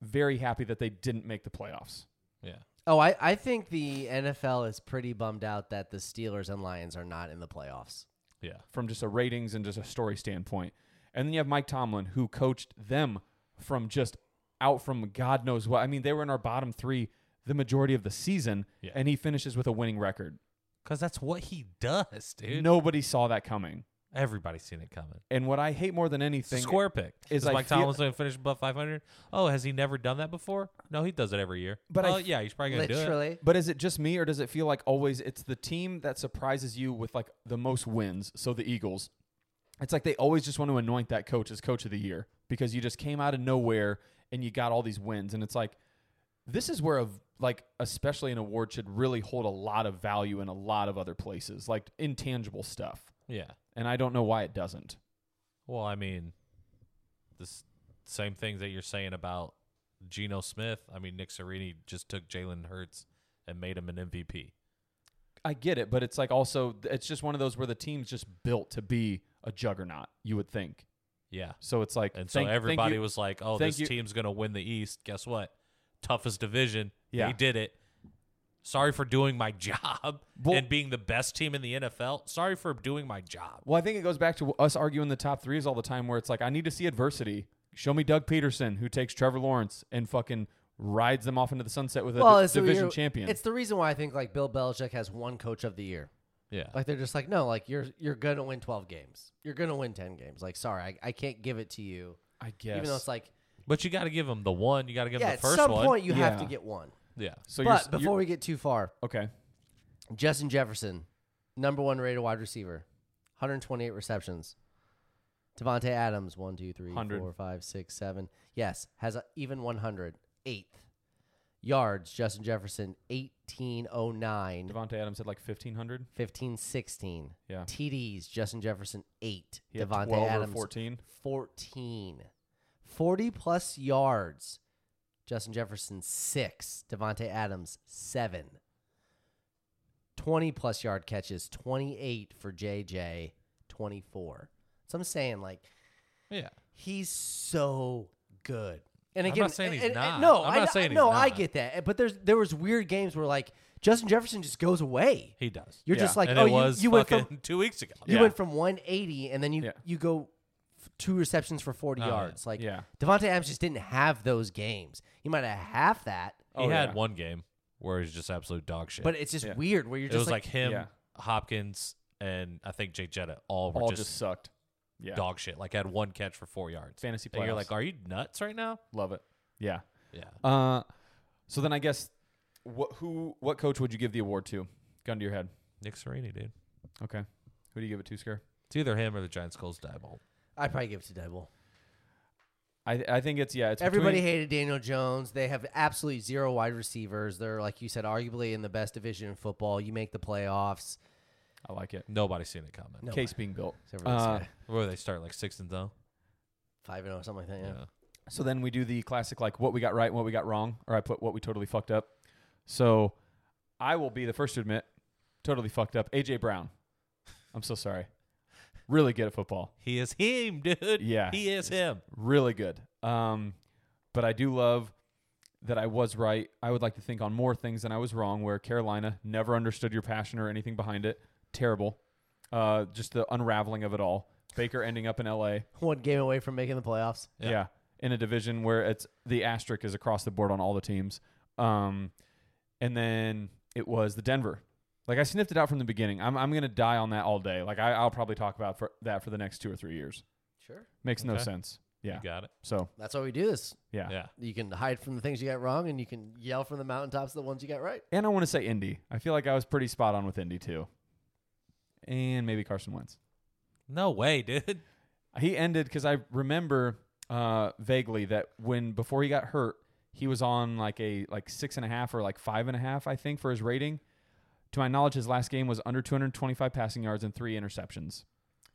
S2: very happy that they didn't make the playoffs.
S3: Yeah.
S1: Oh, I, I think the NFL is pretty bummed out that the Steelers and Lions are not in the playoffs.
S3: Yeah.
S2: from just a ratings and just a story standpoint. And then you have Mike Tomlin, who coached them from just out from God knows what. I mean, they were in our bottom three the majority of the season,
S3: Yeah.
S2: and he finishes with a winning record.
S3: Because that's what he does, dude.
S2: Nobody saw that coming.
S3: Everybody's seen it coming.
S2: And what I hate more than
S3: It's a
S2: anything
S3: square pick.
S2: is
S3: Is,
S2: I
S3: Mike
S2: feel-
S3: Tomlin's going to finish above 500? Oh, has he never done that before? No, he does it every year.
S2: But I
S3: well,
S2: f-
S3: yeah, he's probably going to do it.
S1: Literally.
S2: But is it just me, or does it feel like always it's the team that surprises you with like the most wins? So the Eagles, it's like they always just want to anoint that coach as coach of the year because you just came out of nowhere and you got all these wins, and it's like this is where a like especially an award should really hold a lot of value in a lot of other places, like intangible stuff.
S3: Yeah.
S2: And I don't know why it doesn't.
S3: Well, I mean, this same things that you're saying about Geno Smith. I mean, Nick Serini just took Jalen Hurts and made him an MVP.
S2: I get it, but it's like also it's just one of those where the team's just built to be a juggernaut. You would think.
S3: Yeah.
S2: So it's like
S3: And so
S2: thank- thank
S3: everybody
S2: you-
S3: was like, "Oh,
S2: thank
S3: this
S2: you-
S3: team's going to win the East." Guess what? Toughest division.
S2: Yeah.
S3: They did it. Sorry for doing my job
S2: Well-
S3: and being the best team in the NFL. Sorry for doing my job.
S2: Well, I think it goes back to us arguing the top threes all the time, where it's like, I need to see adversity. Show me Doug Peterson, who takes Trevor Lawrence and fucking rides them off into the sunset with a
S1: well,
S2: di-
S1: it's the
S2: division
S1: year-
S2: champion.
S1: It's the reason why I think like Bill Belichick has one coach of the year.
S3: Yeah.
S1: Like they're just like, no, like you're you're gonna win twelve games. You're gonna win ten games. Like, sorry, I, I can't give it to you.
S2: I guess.
S1: Even though it's like
S3: But you got to give them the one. You got to give
S1: Yeah,
S3: them
S1: at
S3: the first
S1: some
S3: one.
S1: point you have to
S2: Yeah.
S1: get one.
S3: yeah.
S2: so you're,
S1: but before we get too far,
S2: okay,
S1: Justin Jefferson, number one rated wide receiver, 128 receptions. Devontae Adams, one, two, three,
S2: 100.
S1: four, five, six, seven. Yes, has a, even 100. Eighth. Yards, Justin Jefferson, 1809,
S2: Devonte Adams had like fifteen hundred.
S1: 1516.
S2: Yeah,
S1: TDs, Justin Jefferson, 8.
S2: he had
S1: Devontae
S2: twelve
S1: Adams,
S2: or fourteen.
S1: 14. 40 plus yards. Justin Jefferson, 6. Devontae Adams, 7. 20 plus yard catches, 28 for JJ, 24. So I'm saying, like,
S3: Yeah.
S1: he's so good. And
S3: I'm
S1: again,
S3: not saying he's
S1: and- and-
S3: not.
S1: No,
S3: I'm
S1: I,
S3: not saying he's
S1: no, I
S3: not.
S1: get that. But there's there was weird games where like Justin Jefferson just goes away.
S3: He does.
S1: You're
S2: Yeah.
S1: just like,
S3: and
S1: oh,
S3: it was
S1: you, you went
S3: fucking
S1: from
S3: two weeks ago.
S1: you
S2: Yeah.
S1: went from 180, and then you
S2: Yeah. Uh-huh.
S1: you go f- two receptions for 40
S3: Oh, yeah.
S1: yards. Like
S2: Yeah.
S1: Devonte Adams just didn't have those games. He might have half that,
S3: He
S2: Oh,
S3: had
S2: yeah.
S3: one game where he's just absolute dog shit.
S1: but it's just
S2: Yeah.
S1: weird where you're
S3: it
S1: just
S3: was like, him,
S2: Yeah.
S3: Hopkins, and I think Jake Jetta all were
S2: All
S3: just,
S2: just, sucked. Yeah,
S3: dog shit. Like had one catch for four yards.
S2: fantasy
S3: And
S2: playoffs.
S3: you're like, are you nuts right now?
S2: love it. Yeah.
S3: Yeah.
S2: Uh, so then I guess what who what coach would you give the award to? Gun to your head.
S3: Nick Serini, dude.
S2: Okay, who do you give it to, Scare?
S3: It's either him or the Giants Coles Diebold.
S1: I'd probably give it to Dable.
S2: I I think it's yeah. It's
S1: Everybody
S2: between-
S1: hated Daniel Jones. They have absolutely zero wide receivers. They're like you said, arguably in the best division in football. You make the playoffs.
S2: I like it.
S3: Nobody's seen it coming.
S1: No.
S2: Case being built.
S1: Except for this
S2: Uh,
S1: guy.
S3: Where they start like six and though.
S1: Five and oh, something like that. Yeah.
S2: So then we do the classic like what we got right and what we got wrong, or I put what we totally fucked up. So I will be the first to admit, totally fucked up. AJ Brown. I'm so sorry. Really good at football.
S3: He is him, dude.
S2: Yeah.
S3: He is him.
S2: Really good. Um, but I do love that I was right. I would like to think on more things than I was wrong, where Carolina never understood your passion or anything behind it. Terrible. Uh, just the unraveling of it all. Baker ending up in LA.
S1: One game away from making the playoffs.
S2: Yeah.
S3: Yeah.
S2: In a division where it's the asterisk is across the board on all the teams. Um, and then it was the Denver. Like I sniffed it out from the beginning. I'm I'm gonna die on that all day. Like I, I'll probably talk about for that for the next two or three years.
S1: Sure.
S2: Makes no
S3: Okay.
S2: sense. Yeah.
S3: You got it.
S2: So
S1: That's why we do this.
S2: yeah.
S3: Yeah.
S1: You can hide from the things you got wrong, and you can yell from the mountaintops the ones you got right.
S2: And I want to say Indy. I feel like I was pretty spot on with Indy too. And maybe Carson Wentz.
S3: No way, dude.
S2: He ended because I remember uh, vaguely that when before he got hurt, he was on like a like six and a half or like five and a half, I think, for his rating. To my knowledge, his last game was under 225 passing yards and three interceptions.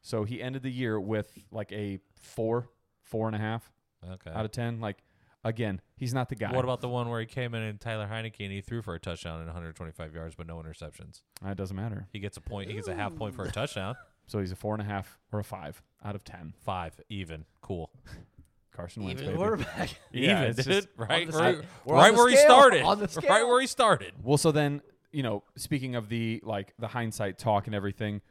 S2: So he ended the year with like a four, four and a half
S3: Okay.
S2: out of ten. Like again, he's not the guy.
S3: What about the one where he came in and Tyler Heineke and he threw for a touchdown and 125 yards but no interceptions?
S2: It doesn't matter.
S3: He gets a point. He gets a half point for a touchdown.
S2: So he's a four and a half or a five out of ten.
S3: Five even. Cool.
S2: Carson Wentz.
S1: Even
S2: baby.
S1: quarterback.
S2: Yeah,
S3: even,
S2: it's
S3: dude.
S2: just-
S3: right
S1: the
S3: where,
S1: scale. We're
S3: right
S1: on the
S3: where he
S1: scale.
S3: started.
S1: On the
S3: Right
S1: scale.
S3: where he started.
S2: Well, so then, you know, speaking of the like the hindsight talk and everything,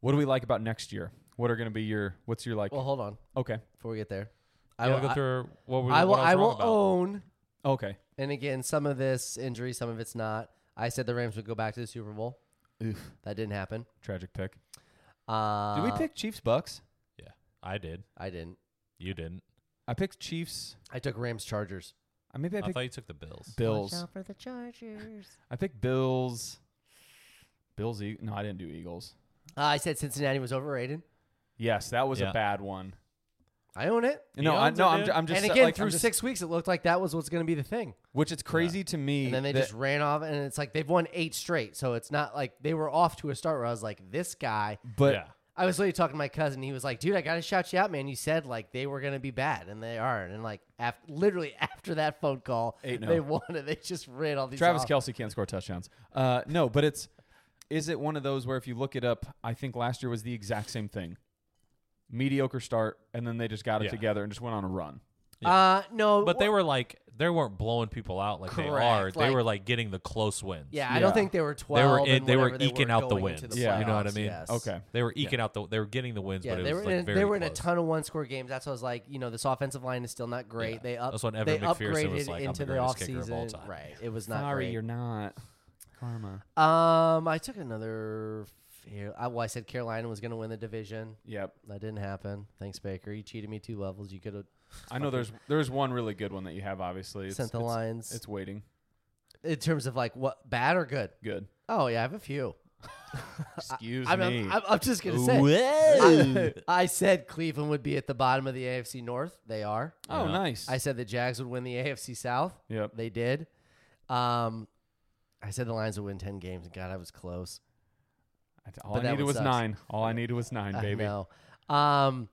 S2: what do we like about next year? What are going to be your what's your like?
S1: Well, hold on
S2: okay,
S1: before we get there.
S3: I
S1: I
S3: will
S1: will.
S3: go
S1: I,
S3: through what we
S1: I will.
S3: what
S1: I
S3: was wrong
S1: will
S3: about.
S1: own.
S2: okay.
S1: And again, some of this injury, some of it's not. I said the Rams would go back to the Super Bowl.
S2: Oof.
S1: That didn't happen.
S2: Tragic pick.
S1: Uh,
S2: Did we pick Chiefs Bucks?
S3: I did.
S1: I didn't.
S3: You didn't.
S2: I picked Chiefs.
S1: I took Rams Chargers.
S2: Uh, maybe I
S3: I
S2: picked
S3: thought you took the Bills.
S2: Bills.
S1: for the Chargers.
S2: I picked Bills. Bills. E- no, I didn't do Eagles.
S1: Uh, I said Cincinnati was overrated.
S2: Yes, that was
S3: Yeah.
S2: a bad one.
S1: I own it.
S2: No, I,
S3: owns it,
S2: no, I'm,
S3: dude.
S2: ju- I'm just
S1: and again,
S2: like, I'm
S1: through
S2: just-
S1: six weeks, it looked like that was what's going to be the thing.
S2: which it's crazy to me.
S1: And then they
S2: that-
S1: just ran off, and it's like they've won eight straight. So it's not like they were off to a start where I was like, this guy.
S2: but
S3: yeah.
S1: I was literally talking to my cousin. He was like, dude, I got to shout you out, man. You said like they were going to be bad, and they are. And like, af- literally after that phone call,
S2: Eight no.
S1: they won it. They just ran all these.
S2: Travis
S1: off.
S2: Kelsey can't score touchdowns. Uh, no, but it's is it one of those where if you look it up, I think last year was the exact same thing. Mediocre start, and then they just got it
S3: Yeah.
S2: together and just went on a run.
S1: Uh, no.
S3: But they
S1: wh-
S3: were like they weren't blowing people out like they are.
S1: Correct,
S3: they
S1: like-
S3: were like getting the close wins.
S1: Yeah, I don't
S2: Yeah.
S1: think they were
S3: were
S1: twelve.
S3: in-
S1: and
S3: they were
S1: whatever
S3: eking out the
S1: going into
S3: wins.
S2: Yeah.
S1: playoffs,
S3: You know what I mean?
S1: yes.
S2: Okay.
S3: They were eking out the they were getting the wins,
S1: Yeah,
S3: but it
S1: they were
S3: was like
S1: in,
S3: very
S1: they were in a
S3: close.
S1: ton of one score games. That's why I was like, you know, this offensive line is still not great.
S3: Yeah.
S1: They up,
S3: That's when Evan
S1: they
S3: McPherson
S1: upgraded
S3: was like, I'm the
S1: into the,
S3: greatest kicker of all
S1: offseason.
S3: time.
S1: Right, it was not great.
S2: not karma.
S1: Um, I took another. fail- I, well, I said Carolina was going to win the division.
S2: Yep,
S1: That didn't happen. Thanks, Baker. You cheated me two levels. You could have
S2: I know there's there's one really good one that you have. Obviously, it's,
S1: sent the
S2: it's,
S1: lines
S2: It's waiting.
S1: in terms of like what bad or good.
S2: Good.
S1: Oh yeah, I have a few.
S2: Excuse
S1: I'm,
S2: me.
S1: I'm, I'm, I'm just gonna say. I, I said Cleveland would be at the bottom of the AFC North. They are.
S2: oh,
S3: Yeah.
S2: nice.
S1: I said the Jags would win the AFC South.
S2: yep.
S1: They did. Um, I said the Lions would win ten games. God, I was close.
S2: I- All
S1: But
S2: I
S1: that
S2: needed
S1: one
S2: was
S1: sucks.
S2: nine. All I needed was nine, baby.
S1: I know. Um,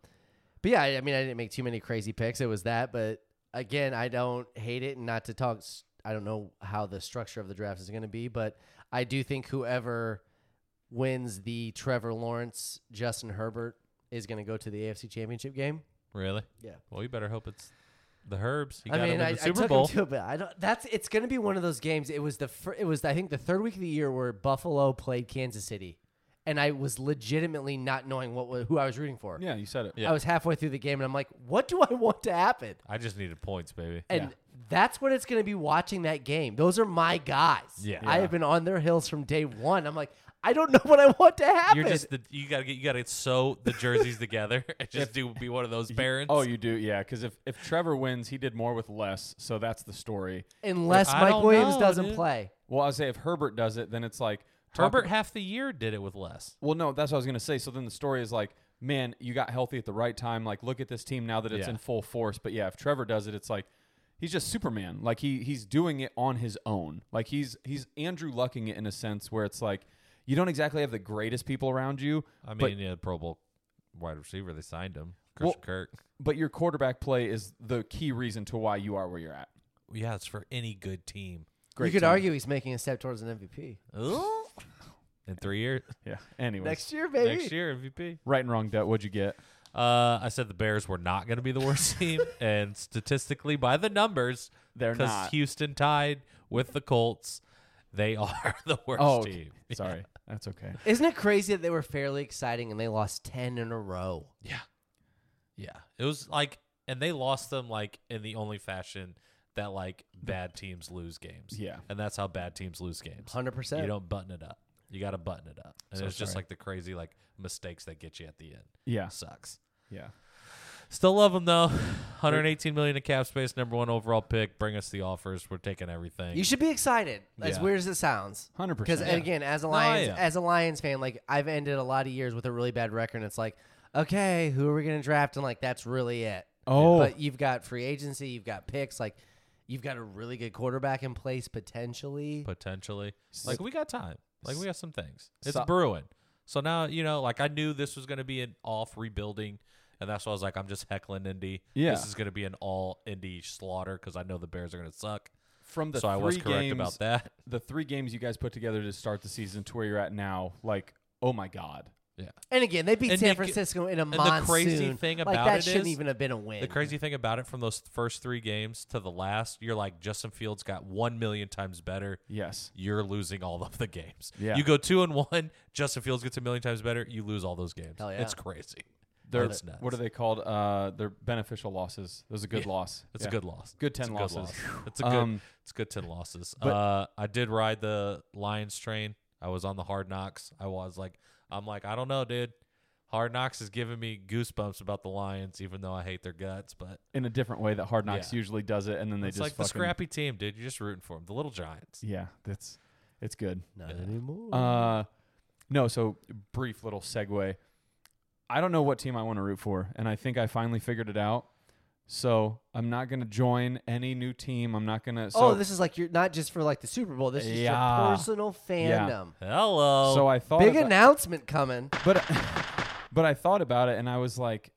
S1: but yeah, I, I mean, I didn't make too many crazy picks. It was that, but again, I don't hate it. And not to talk, s- I don't know how the structure of the draft is going to be, but I do think whoever wins the Trevor Lawrence, Justin Herbert is going to go to the AFC Championship game.
S3: Really?
S1: Yeah.
S3: Well, you better hope it's the Herbs. You
S1: I
S3: got to
S1: mean,
S3: win
S1: I,
S3: the
S1: I
S3: Super
S1: took
S3: Bowl.
S1: him to it, but I don't. That's it's going to be one of those games. It was the fir- it was I think the third week of the year where Buffalo played Kansas City, and I was legitimately not knowing what wa- who I was rooting for.
S2: Yeah, you said it.
S3: Yeah.
S1: I was halfway through the game, and I'm like, what do I want to happen?
S3: I just needed points, baby.
S1: And
S2: Yeah.
S1: that's what it's going to be watching that game. Those are my guys.
S3: Yeah.
S1: I
S2: Yeah.
S1: have been on their heels from day one. I'm like, I don't know what I want to happen.
S3: You're just the, you gotta get you gotta sew the jerseys together and just do be one of those parents.
S2: Oh, you do, yeah. Because if, if Trevor wins, he did more with less, so that's the story.
S1: Unless
S3: I
S1: Mike
S3: don't
S1: Williams
S3: know,
S1: doesn't
S3: dude.
S1: play.
S2: Well, I would say if Herbert does it, then it's like talk-
S3: Herbert half the year did it with less.
S2: well, no, that's what I was gonna say. So then the story is like, man, you got healthy at the right time. Like, look at this team now that it's
S3: Yeah.
S2: in full force. But yeah, if Trevor does it, it's like he's just Superman. Like he he's doing it on his own. Like he's he's Andrew Lucking it in a sense where it's like you don't exactly have the greatest people around you,
S3: I
S2: But-
S3: mean, yeah, Pro Bowl wide receiver. They signed him,
S2: Well-
S3: Christian Kirk.
S2: but your quarterback play is the key reason to why you are where you're at.
S3: Yeah, it's for any good team.
S1: you could argue he's making a step towards an MVP
S3: In three years,
S2: Yeah. Anyways,
S1: next year, baby.
S3: next year MVP.
S2: right and wrong debt. What'd you get?
S3: Uh, I said the Bears were not going to be the worst team, and statistically, by the numbers,
S2: They're not.
S3: Houston tied with the Colts. They are the worst
S2: Oh,
S3: team.
S2: sorry. That's okay.
S1: Isn't it crazy that they were fairly exciting and they lost ten in a row?
S3: Yeah. Yeah. It was like and they lost them like in the only fashion that like bad teams lose games.
S2: Yeah.
S3: And that's how bad teams lose games.
S1: Hundred
S3: You
S1: percent.
S3: don't button it up. You gotta button it up. And
S2: So
S3: it's just
S2: sorry.
S3: like the crazy like mistakes that get you at the end.
S2: Yeah.
S3: Sucks.
S2: Yeah.
S3: Still love them though. 118 million in cap space, number one overall pick. Bring us the offers. We're taking everything.
S1: You should be excited. As
S3: Yeah.
S1: weird as it sounds.
S2: Hundred
S1: Because
S2: percent.
S1: again, as a
S3: I
S1: Lions,
S3: am.
S1: as a Lions fan, like I've ended a lot of years with a really bad record. And it's like, okay, who are we gonna draft? And like that's really it.
S2: Oh.
S1: but you've got free agency, you've got picks, like you've got a really good quarterback in place potentially.
S3: potentially. Like we got time. Like we got some things. It's
S2: So-
S3: brewing. So now you know. Like I knew this was going to be an off rebuilding, and that's why I was like, I'm just heckling Indy.
S2: Yeah.
S3: This is going to be an all Indy slaughter because I know the Bears are going to suck.
S2: from the
S3: so I was
S2: three
S3: correct
S2: games,
S3: about that.
S2: The three games you guys put together to start the season to where you're at now, like, oh my god.
S3: Yeah.
S1: and again, they beat
S3: And
S1: San
S3: they-
S1: Francisco in a
S3: the
S1: monsoon.
S3: crazy thing
S1: like
S3: about
S1: that
S3: it
S1: shouldn't
S3: is-
S1: even have been a win.
S3: The crazy thing about it from those first three games to the last, you're like Justin Fields got one million times better.
S2: Yes.
S3: You're losing all of the games.
S2: Yeah.
S3: You go two and one. Justin Fields gets a million times better. You lose all those games.
S1: Hell yeah.
S3: It's crazy.
S2: They're,
S3: That's nuts.
S2: what are they called? Uh, they're beneficial losses. That was a good
S3: Yeah.
S2: loss.
S3: It's
S2: Yeah.
S3: a good loss.
S2: Good 10
S3: It's a
S2: losses.
S3: loss. It's a good.
S2: Um,
S3: it's good ten losses.
S2: but-
S3: uh, I did ride the Lions train. I was on the hard knocks. I was like, I'm like, I don't know, dude. Hard Knocks is giving me goosebumps about the Lions, even though I hate their guts. But
S2: in a different way that Hard Knocks
S3: Yeah.
S2: usually does it, and then they
S3: it's
S2: just
S3: like the
S2: fucking,
S3: scrappy team, dude. You're just rooting for them. The little Giants.
S2: Yeah, that's it's good.
S1: Not anymore.
S2: Uh, no, so brief little segue. I don't know what team I want to root for, and I think I finally figured it out. So I'm not gonna join any new team. I'm not gonna. So,
S1: oh, this is like you're not just for like the Super Bowl. This is
S2: Yeah.
S1: your personal fandom.
S3: Hello.
S2: so uh, I thought
S1: Big
S2: about-
S1: announcement coming.
S2: but but I thought about it and I was like,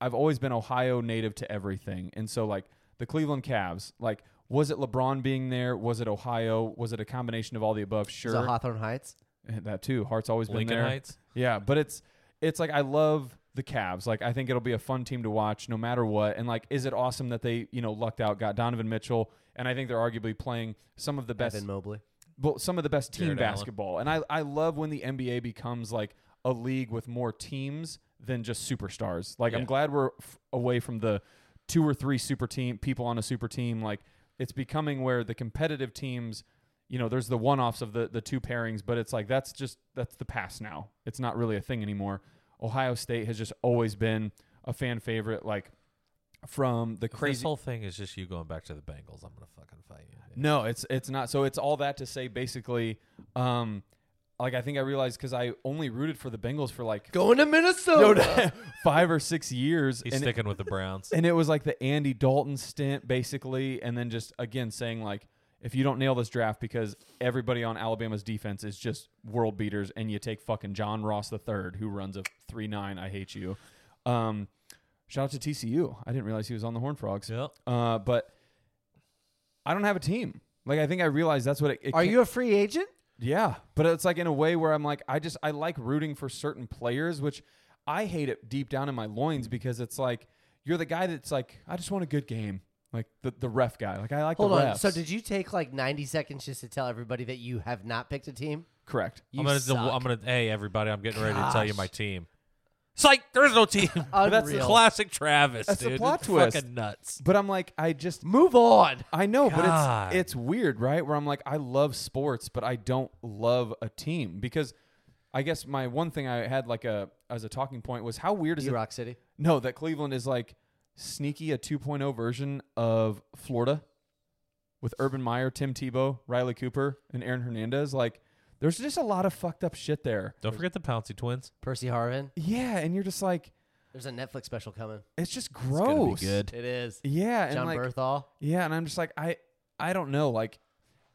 S2: I've always been Ohio native to everything, and so like the Cleveland Cavs, like was it LeBron being there? Was it Ohio? Was it a combination of all the above?
S1: Is
S2: Sure, Eh,
S1: it Hawthorne Heights.
S2: that too. Heart's always been
S3: Lincoln
S2: there.
S3: Heights.
S2: Yeah, but it's it's like I love the Cavs. Like I think it'll be a fun team to watch no matter what. And like, is it awesome that they you know lucked out, got Donovan Mitchell, and I think they're arguably playing some of the best
S1: Evan Mobley.
S2: well, some of the best team
S3: Jared Allen.
S2: basketball. And I, I love when the NBA becomes like a league with more teams than just superstars. Like I'm
S3: Yeah.
S2: glad we're f- away from the two or three super team people on a super team. Like it's becoming where the competitive teams, you know, there's the one offs of the the two pairings, but it's like that's just that's the past now. It's not really a thing anymore. Ohio State has just always been a fan favorite. Like from the
S3: If
S2: crazy
S3: This whole thing is just you going back to the Bengals. I'm gonna fucking fight you. dude.
S2: no, it's it's not. So it's all that to say basically, um, like I think I realized because I only rooted for the Bengals for like
S1: Going to Minnesota.
S2: five or six years,
S3: He's
S2: and it,
S3: sticking with the Browns.
S2: and it was like the Andy Dalton stint basically, and then just again saying like if you don't nail this draft because everybody on Alabama's defense is just world beaters, and you take fucking John Ross the third who runs a three nine, I hate you. Um, shout out to TCU. I didn't realize he was on the Horn Frogs.
S3: Yep.
S2: Uh, but I don't have a team. Like I think I realized that's what it. it
S1: Are
S2: ca-
S1: you a free agent?
S2: Yeah, but it's like in a way where I'm like, I just I like rooting for certain players, which I hate it deep down in my loins because it's like you're the guy that's like, I just want a good game, like the the ref guy. Like I like
S1: Hold
S2: the
S1: on.
S2: refs.
S1: So did you take like 90 seconds just to tell everybody that you have not picked a team?
S2: correct?
S1: You
S3: I'm gonna.
S1: suck.
S3: I'm gonna. Hey, everybody! I'm getting ready to tell you
S1: Gosh.
S3: my team. Psych. There's no team.
S2: that's the
S1: Unreal.
S3: Classic Travis.
S2: That's the
S3: dude.
S2: plot
S3: It's
S2: twist.
S3: Fucking nuts.
S2: But I'm like, I just
S1: Move on.
S2: I know, but
S3: God.
S2: it's it's weird, right? Where I'm like, I love sports, but I don't love a team because I guess my one thing I had like a as a talking point was how weird is
S1: You
S2: it
S1: Rock City.
S2: No, that Cleveland is like sneaky a 2.0 version of Florida with Urban Meyer, Tim Tebow, Riley Cooper, and Aaron Hernandez. Like, there's just a lot of fucked up shit there.
S3: Don't forget the Pouncy twins.
S1: Percy Harvin.
S2: Yeah, and you're just like,
S1: There's a Netflix special coming.
S2: it's just
S3: gonna be
S2: gross.
S3: good.
S1: It is.
S2: Yeah, and
S1: John
S2: like,
S1: Berthal.
S2: yeah, and I'm just like, I, I don't know. Like,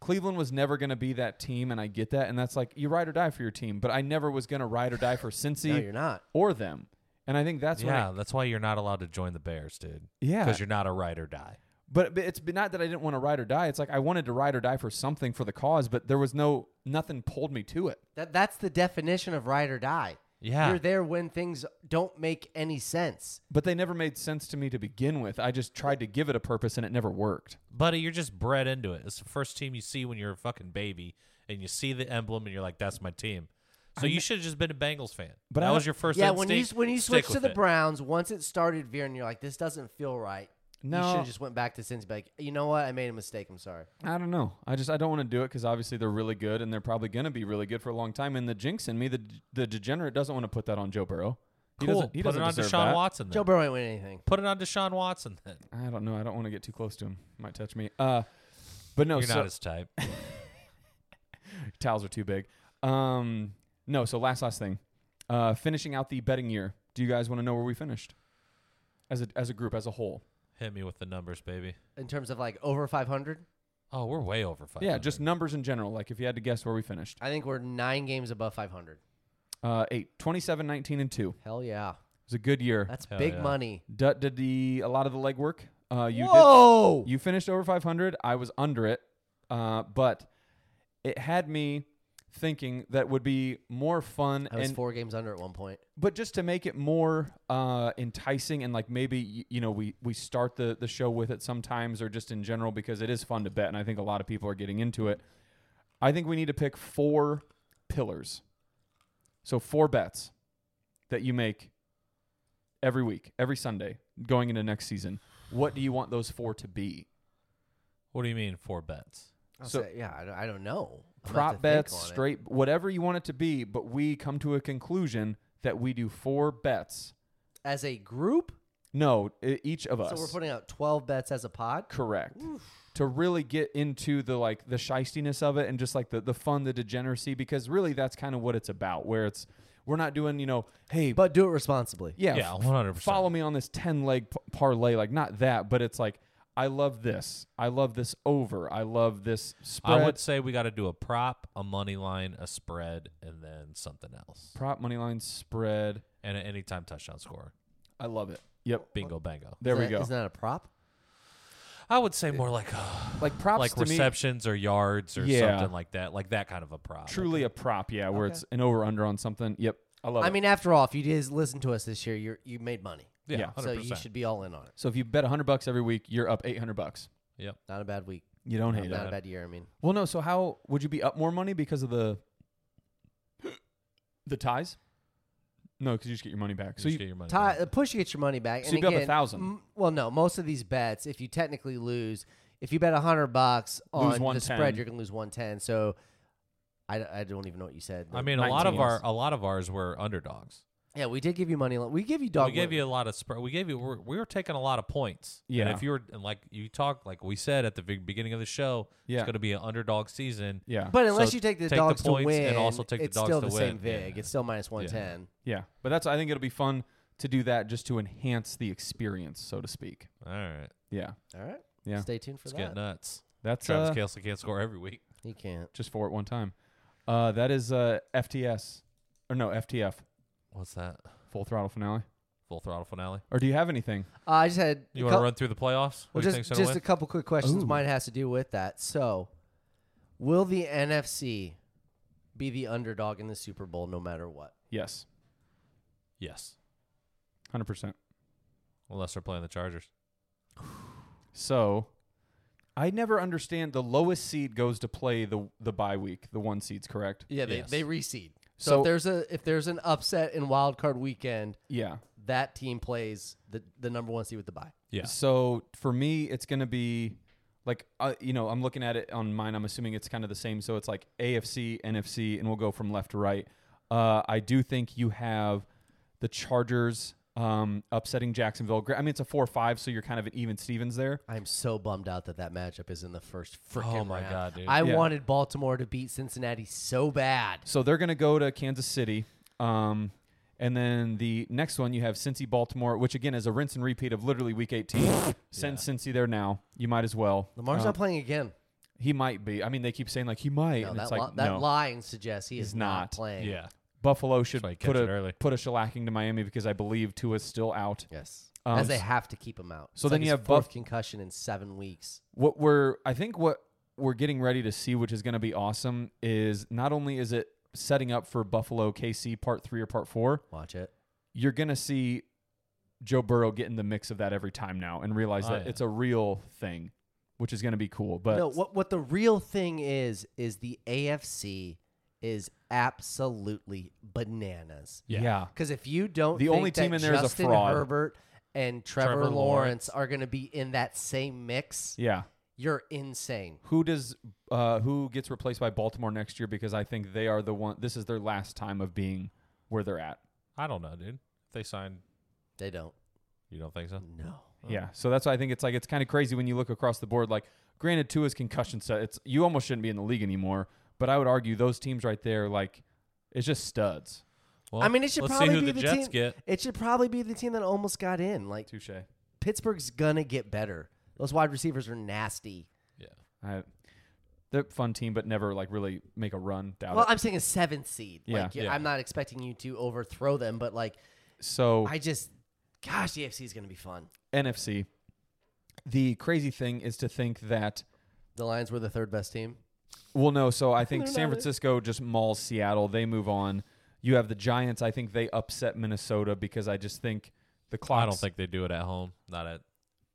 S2: Cleveland was never gonna be that team, and I get that, and that's like you ride or die for your team. But I never was gonna ride or die for
S1: no,
S2: Cincy
S1: you're not.
S2: or them, and I think that's when
S3: yeah,
S2: I,
S3: that's why you're not allowed to join the Bears, dude.
S2: yeah,
S3: Because you're not a ride or die.
S2: But, but it's been not that I didn't want to ride or die. It's like I wanted to ride or die for something for the cause, but there was no nothing pulled me to it.
S1: That that's the definition of ride or die.
S3: Yeah.
S1: You're there when things don't make any sense.
S2: But they never made sense to me to begin with. I just tried to give it a purpose and it never worked.
S3: Buddy, you're just bred into it. It's the first team you see when you're a fucking baby, and you see the emblem, and you're like, "That's my team." So you should have just been a Bengals fan.
S2: But
S3: But that
S2: I-
S3: was your first.
S1: yeah, when you
S3: instinct.
S1: when you switch
S3: Stick
S1: to
S3: with
S1: the
S3: it.
S1: Browns, once it started veering, you're like, this doesn't feel right. you should
S2: No,
S1: have just went back to Cincy. Like, you know what? I made a mistake. I'm sorry.
S2: I don't know. I just I don't want to do it because obviously they're really good and they're probably going to be really good for a long time. And the jinx in me, the the degenerate, doesn't want to put that on Joe Burrow. He
S3: cool.
S2: doesn't. He
S3: Put
S2: doesn't
S3: it on
S2: deserve
S3: Deshaun
S2: that.
S3: Watson. Then.
S1: Joe Burrow ain't win anything.
S3: Put it on Deshaun Watson. Then
S2: I don't know. I don't want to get too close to him. Might touch me. Uh, but no,
S3: you're
S2: so,
S3: not his type.
S2: towels are too big. Um, no, so last last thing, uh, finishing out the betting year. Do you guys want to know where we finished as a as a group as a whole?
S3: Hit me with the numbers, baby.
S1: In terms of like over 500,
S3: Oh, we're way over five.
S2: Yeah, just numbers in general. Like if you had to guess where we finished,
S1: I think we're nine games above 500.
S2: uh, eight, 27, 19, and two. It
S1: Hell yeah,
S2: was a good year.
S1: that's
S3: Hell
S1: big
S3: yeah.
S1: money.
S2: Dut did the a lot of the legwork. Uh, you
S1: Whoa!
S2: did. You finished over five hundred. I was under it, uh, but it had me thinking that would be more fun
S1: I was
S2: and
S1: four games under at one point.
S2: but just to make it more uh, enticing and like maybe y- you know we we start the the show with it sometimes or just in general because it is fun to bet and I think a lot of people are getting into it. I think we need to pick four pillars. So four bets that you make every week, every Sunday going into next season. What do you want those four to be?
S3: What do you mean four bets?
S1: I'll
S2: So-
S1: say, yeah, I don't, I don't know. I'm gonna have
S2: Prop
S1: to think
S2: bets,
S1: on it.
S2: straight whatever you want it to be, but we come to a conclusion that we do four bets.
S1: as a group.
S2: No, e- each of us.
S1: So we're putting out 12 bets as a pod.
S2: Correct. To really get into the like the shystiness of it and just like the the fun, the degeneracy, because really that's kind of what it's about. Where it's we're not doing you know, hey,
S1: But do it responsibly.
S2: yeah,
S3: Yeah,
S2: f-
S3: 100%.
S2: Follow me on this ten leg p- parlay, like not that, but it's like I love this. I love this over. I love this spread.
S3: I would say we got to do a prop, a money line, a spread, and then something else.
S2: prop money line spread.
S3: And an anytime touchdown score.
S2: I love it. Yep.
S3: Bingo, bango.
S2: There
S1: Is
S2: we
S1: that-
S2: go.
S1: Isn't that a prop?
S3: I would say more like uh,
S2: like props
S3: like
S2: to me.
S3: receptions or yards or
S2: Yeah.
S3: something like that, like that kind of a prop.
S2: Truly a prop, yeah, where it's an over under on something. Yep. I love
S1: I
S2: it.
S1: mean, after all, if you did listen to us this year, you you made money.
S3: yeah,
S2: yeah.
S3: 100%.
S1: So you should be all in on it.
S2: so if you bet 100 bucks every week, you're up 800 bucks.
S3: Yep.
S1: Not a bad week.
S2: You don't
S1: Not,
S2: hate
S1: not
S2: it.
S1: a bad year. I mean,
S2: Well, no. So how would you be up more money because of the the ties? No, because you just get your money back. so
S3: You just
S2: you,
S3: get your money
S1: tie,
S3: back.
S1: uh, push you get your money back.
S2: So
S1: and
S2: you bet a
S1: again,
S2: thousand.
S1: m- well, no, most of these bets, if you technically lose, if you bet hundred bucks
S2: Lose
S1: on the
S2: 110.
S1: spread, you're gonna lose one ten. So I, I don't even know what you said.
S3: I mean, a lot of
S2: 19s.
S3: our a lot of ours were underdogs.
S1: yeah, we did give you money. li- We give you dog.
S3: we gave
S1: win.
S3: you a lot of spread. We gave you we're, we were taking a lot of points.
S2: Yeah.
S3: And if you were and like you talk like we said at the big beginning of the show,
S2: Yeah.
S3: it's going to be an underdog season.
S2: yeah,
S1: but unless
S3: so
S1: you take the
S3: take the
S1: dogs to
S3: points
S1: win,
S3: and also take the
S1: it's
S3: dogs
S1: still
S3: to
S1: the same
S3: win. Yeah.
S1: vig. It's still minus one ten.
S2: yeah. But that's I think it'll be fun to do that just to enhance the experience, so to speak.
S3: All right.
S2: Yeah,
S1: All right.
S2: Yeah.
S1: Stay tuned for
S3: It's
S1: that.
S3: getting nuts.
S2: that's
S3: Travis
S2: uh,
S3: Kelsey can't score every week.
S1: He can't.
S2: just four at one time. Uh, that is uh, FTS or no FTF
S3: What's that?
S2: full throttle finale.
S3: Full throttle finale.
S2: Or do you have anything?
S1: Uh, I just had
S3: You
S1: a
S3: want to
S1: cou-
S3: run through the playoffs? Who
S1: well,
S3: do you
S1: just
S3: think's gonna
S1: just
S3: win?
S1: a couple quick questions.
S2: Ooh.
S1: Mine has to do with that. So, will the NFC be the underdog in the Super Bowl no matter what?
S2: Yes,
S3: yes.
S2: hundred percent.
S3: Unless they're playing the Chargers.
S2: So I never understand the lowest seed goes to play the the bye week, the one seeds, correct?
S1: Yeah,
S3: they-
S1: they
S3: Yes.
S1: they
S3: they
S1: reseed. So,
S2: So-
S1: if there's a if there's an upset in wild card weekend,
S2: Yeah.
S1: that team plays the the number one seed with the bye.
S3: Yeah.
S2: So for me, it's gonna be like uh, you know I'm looking at it on mine. I'm assuming it's kind of the same. So it's like AFC, NFC, and we'll go from left to right. Uh, I do think you have the Chargers um, upsetting Jacksonville. Gra- I mean, it's a four five, so you're kind of an even Stevens there.
S1: I'm so bummed out that that matchup is in the first freaking
S3: Oh my
S1: round.
S3: God, dude.
S1: I
S2: Yeah.
S1: wanted Baltimore to beat Cincinnati so bad.
S2: So they're going to go to Kansas City. Um, and then the next one, you have Cincy Baltimore, which again is a rinse and repeat of literally week 18. Send Cincy there now. You might as well.
S1: Lamar's
S2: Um,
S1: not playing again.
S2: He might be. I mean, they keep saying like he might.
S1: No,
S2: and
S1: that
S2: it's like,
S1: li- that
S2: no.
S1: line suggests he
S2: He's
S1: is not,
S2: not.
S1: playing.
S3: Yeah.
S2: Buffalo should
S3: why you
S2: put
S3: catch it
S2: a,
S3: early.
S2: put a shellacking to Miami because I believe Tua's still out.
S1: Yes.
S2: Um,
S1: As they
S2: s-
S1: have to keep him out.
S2: so
S1: It's
S2: then
S1: like
S2: you
S1: his
S2: have
S1: fourth
S2: Buff-
S1: concussion in seven weeks.
S2: what we're I think what we're getting ready to see, which is going to be awesome, is not only is it setting up for Buffalo KC part three or part four,
S1: Watch it.
S2: you're gonna see Joe Burrow get in the mix of that every time now and realize
S3: Oh,
S2: that
S3: yeah.
S2: it's a real thing, which is gonna be cool. But
S1: no, what what the real thing is is the AFC is absolutely bananas.
S2: yeah.
S1: Because if you don't,
S2: The
S1: think
S2: only team
S1: that
S2: in there is a
S1: Justin
S2: fraud.
S1: Herbert and Trevor,
S3: Trevor
S1: Lawrence
S3: Lawrence.
S1: are going to be in that same mix,
S2: yeah.
S1: you're insane.
S2: Who does uh, who gets replaced by Baltimore next year? Because I think they are the one. This is their last time of being where they're at.
S3: I don't know, dude. If they signed,
S1: They don't.
S3: you don't think so?
S1: No.
S3: Uh-huh.
S2: Yeah. So that's why I think it's like it's kind of crazy when you look across the board. Like, granted, Tua's concussion set. It's you almost shouldn't be in the league anymore. But I would argue those teams right there, like, it's just studs.
S3: Well,
S1: I mean, it should
S3: let's
S1: probably
S3: see who
S1: be
S3: the, Jets
S1: team.
S3: get.
S1: It should probably be the team that almost got in. Like
S2: Touche.
S1: Pittsburgh's gonna get better. Those wide receivers are nasty.
S3: Yeah.
S2: I, they're a fun team, but never like really make a run. Doubt
S1: Well,
S2: it.
S1: I'm saying a seventh seed. like,
S2: Yeah.
S1: you-
S3: Yeah.
S1: I'm not expecting you to overthrow them, but like,
S2: So
S1: I just, gosh, the AFC is gonna be fun.
S2: NFC. The crazy thing is to think that
S1: The Lions were the third best team.
S2: well, no. So I think
S1: They're
S2: San
S1: not.
S2: Francisco just mauls Seattle. They move on. You have the Giants. I think they upset Minnesota because I just think the clock.
S3: I don't think they do it at home. Not at,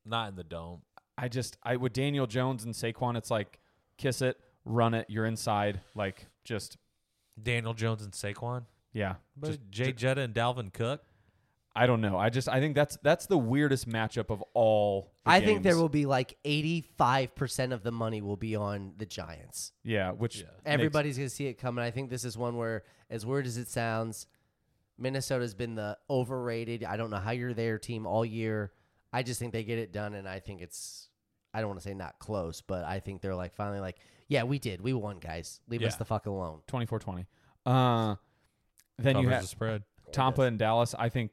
S3: not in the dome.
S2: I just I with Daniel Jones and Saquon. It's like kiss it, run it. You're inside. Like just
S3: Daniel Jones and Saquon,
S2: yeah.
S3: but
S2: Just,
S3: Jay Jetta and Dalvin Cook.
S2: I don't know. I just I think that's that's the weirdest matchup of all. the
S1: I think there
S2: games.
S1: will be like 85% of the money will be on the Giants.
S2: yeah, which
S3: Yeah.
S2: makes-
S1: Everybody's going to see it coming. I think this is one where, as weird as it sounds, Minnesota's been the overrated. I don't know how you're their team all year. I just think they get it done, and I think it's. I don't want to say not close, but I think they're like finally like, yeah, we did, we won, guys. Leave us
S2: Yeah.
S1: the fuck alone.
S2: 24-20. Uh, then
S3: Covers
S2: you
S3: the
S2: have
S3: spread.
S2: Tampa and Dallas. I think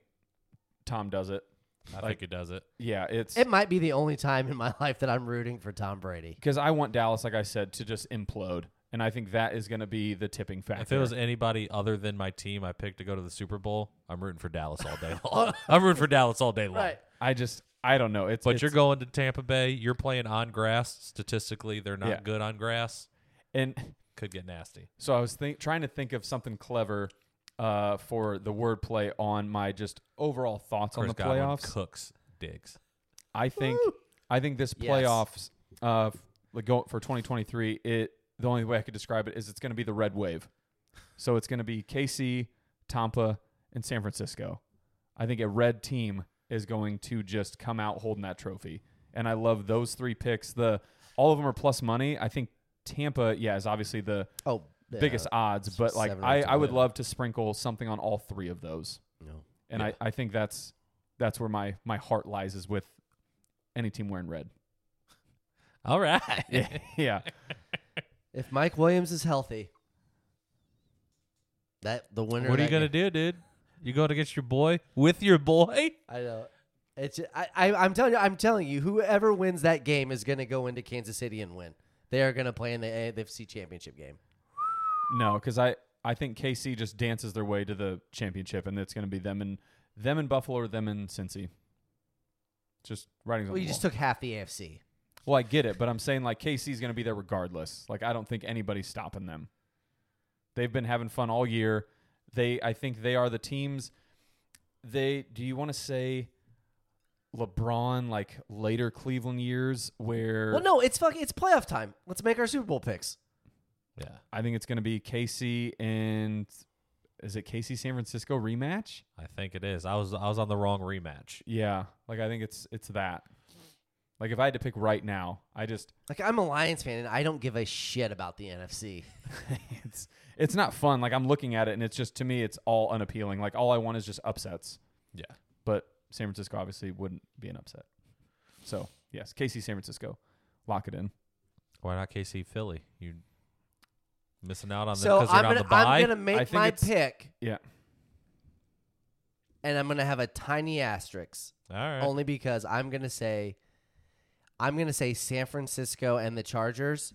S2: Tom does it.
S3: I
S2: Like-
S3: think it does it.
S2: Yeah, it's
S1: It might be the only time in my life that I'm rooting for Tom Brady.
S2: because I want Dallas, like I said, to just implode, and I think that is going to be the tipping factor.
S3: If it was anybody other than my team I picked to go to the Super Bowl, I'm rooting for Dallas all day long. I'm rooting for Dallas all day long.
S2: I just, I don't know. It's
S3: But
S2: it's-
S3: you're going to Tampa Bay. You're playing on grass. Statistically, they're not
S2: Yeah.
S3: good on grass.
S2: and
S3: Could get nasty.
S2: So I was think, trying to think of something clever uh, for the wordplay on my just overall thoughts on
S3: Chris
S2: the
S3: Godwin
S2: playoffs.
S3: cooks digs.
S2: I think I think this
S1: Yes.
S2: playoffs uh, f- like go for 2023. It the only way I could describe it is it's going to be the red wave. So it's going to be KC, Tampa, and San Francisco. I think a red team is going to just come out holding that trophy, and I love those three picks. The all of them are plus money. I think Tampa, yeah, is obviously the
S1: Oh, yeah.
S2: biggest odds, but like
S1: seven or
S2: I,
S1: eight to
S2: I would
S1: win.
S2: love to sprinkle something on all three of those.
S1: No.
S2: And
S3: Yeah.
S2: I, I think that's that's where my my heart lies is with any team wearing red.
S3: All right.
S2: yeah.
S1: If Mike Williams is healthy, that the winner.
S3: what are you
S1: going
S3: gonna do, dude? You going against your boy with your boy?
S1: I know. It's I, I I'm telling you I'm telling you whoever wins that game is going to go into Kansas City and win. They are going to play in the AFC Championship game.
S2: No, because I, I think KC just dances their way to the championship and it's gonna be them and them in Buffalo or them in Cincy. Just writing on
S1: Well,
S2: the
S1: you just
S2: wall.
S1: took half the AFC.
S2: well, I get it, but I'm saying like KC's gonna be there regardless. Like I don't think anybody's stopping them. They've been having fun all year. They I think they are the teams they do you want to say LeBron like later Cleveland years where
S1: Well, no, it's fucking it's playoff time. Let's make our Super Bowl picks.
S3: Yeah.
S2: I think it's going to be KC and is it KC San Francisco rematch?
S3: I think it is. I was I was on the wrong rematch.
S2: Yeah, like I think it's it's that. Like if I had to pick right now, I just
S1: Like I'm a Lions fan and I don't give a shit about the NFC.
S2: it's it's not fun. Like I'm looking at it and it's just to me it's all unappealing. Like all I want is just upsets.
S3: Yeah.
S2: But San Francisco obviously wouldn't be an upset. So, yes, KC San Francisco. Lock it in.
S3: Why not KC Philly? You missing out on
S1: So
S3: them because they're
S1: I'm
S3: on
S1: gonna
S3: the
S1: I'm
S3: bye.
S1: gonna
S2: I
S1: make
S2: think
S1: my
S2: it's-
S1: pick
S2: Yeah.
S1: and I'm gonna have a tiny asterisk
S3: All right.
S1: only because I'm gonna say, I'm gonna say San Francisco and the Chargers,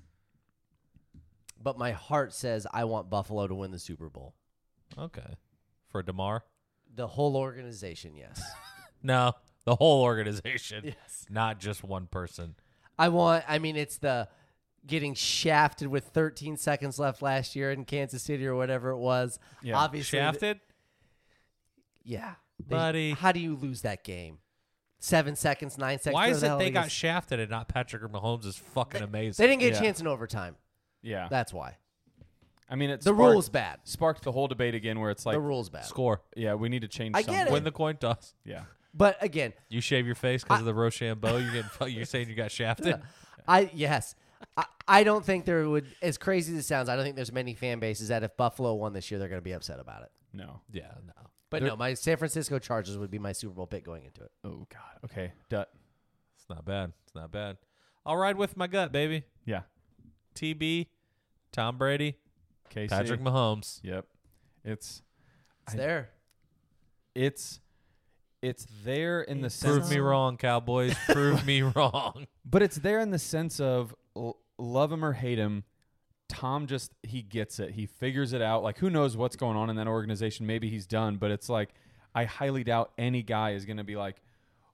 S1: but my heart says I want Buffalo to win the Super Bowl.
S3: okay. For Demar.
S1: The whole organization, yes,
S3: No, the whole organization,
S1: yes.
S3: not just one person.
S1: I want. I mean, it's the getting shafted with 13 seconds left last year in Kansas City or whatever it was.
S2: Yeah.
S1: Obviously, th-
S3: Shafted.
S1: yeah,
S3: Buddy.
S1: How do you lose that game? Seven seconds, nine seconds.
S3: Why
S1: whatever
S3: is
S1: the
S3: it
S1: hell
S3: they
S1: it
S3: got
S1: is.
S3: shafted and not Patrick Mahomes is fucking amazing?
S1: they didn't get
S2: Yeah.
S1: a chance in overtime.
S2: Yeah.
S1: That's why
S2: I mean, it's
S1: the rules bad.
S2: sparked the whole debate again where it's like
S1: the rules bad.
S3: Score.
S2: yeah, we need to change
S1: I get
S2: something.
S1: it.
S3: Win the coin toss.
S2: Yeah.
S1: But again,
S3: You shave your face because of the Rochambeau. You're getting. fu- You're saying you got shafted.
S1: I yes. I, I don't think there would as crazy as it sounds, I don't think there's many fan bases that if Buffalo won this year they're gonna be upset about it.
S2: No.
S3: Yeah. No.
S1: But no, my San Francisco Chargers would be my Super Bowl pick going into it.
S2: Oh god. Okay. Dut.
S3: It's not bad. It's not bad. I'll ride with my gut, baby.
S2: Yeah.
S3: TB, Tom Brady,
S2: KC.
S3: Patrick Mahomes.
S2: Yep. It's
S1: It's
S2: I-
S1: there.
S2: it's it's there in the sense
S3: Prove me wrong, Cowboys. Prove me wrong.
S2: but it's there in the sense of l- love him or hate him Tom just he gets it. He figures it out. Like who knows what's going on in that organization? Maybe he's done, but it's like I highly doubt any guy is going to be like,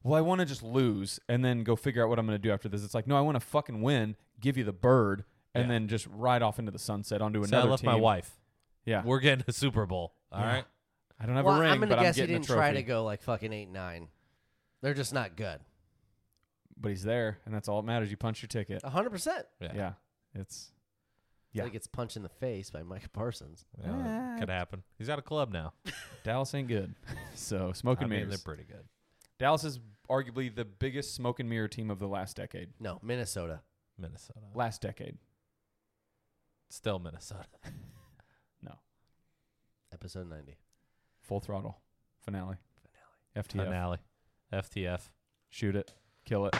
S2: "Well, I want to just lose and then go figure out what I'm going to do after this." It's like, "No, I want to fucking win, give you the bird, and
S3: Yeah.
S2: then just ride off into the sunset onto
S3: So I
S2: another
S3: left
S2: team."
S3: my wife.
S2: Yeah.
S3: We're getting a Super Bowl. All
S2: Yeah.
S3: right.
S2: I don't have
S1: well,
S2: a ring,
S1: I'm gonna
S2: but
S1: guess
S2: I'm
S1: he
S2: getting
S1: didn't
S2: a trophy.
S1: try to go like fucking eight nine. They're just not good.
S2: But he's there, and that's all that matters. You punch your ticket.
S1: hundred percent.
S2: Yeah. It's Yeah.
S1: He gets punched in the face by Micah Parsons.
S3: Yeah, that could happen. He's got a club now.
S2: Dallas ain't good. So smoke
S3: I
S2: and
S3: mean,
S2: mirrors.
S3: they're pretty good.
S2: Dallas is arguably the biggest smoke and mirror team of the last decade.
S1: No, Minnesota.
S3: Minnesota.
S2: Last decade.
S3: Still Minnesota.
S1: Episode ninety.
S2: Full throttle finale. FTF.
S3: Finale. FTF.
S2: Shoot it. Kill it.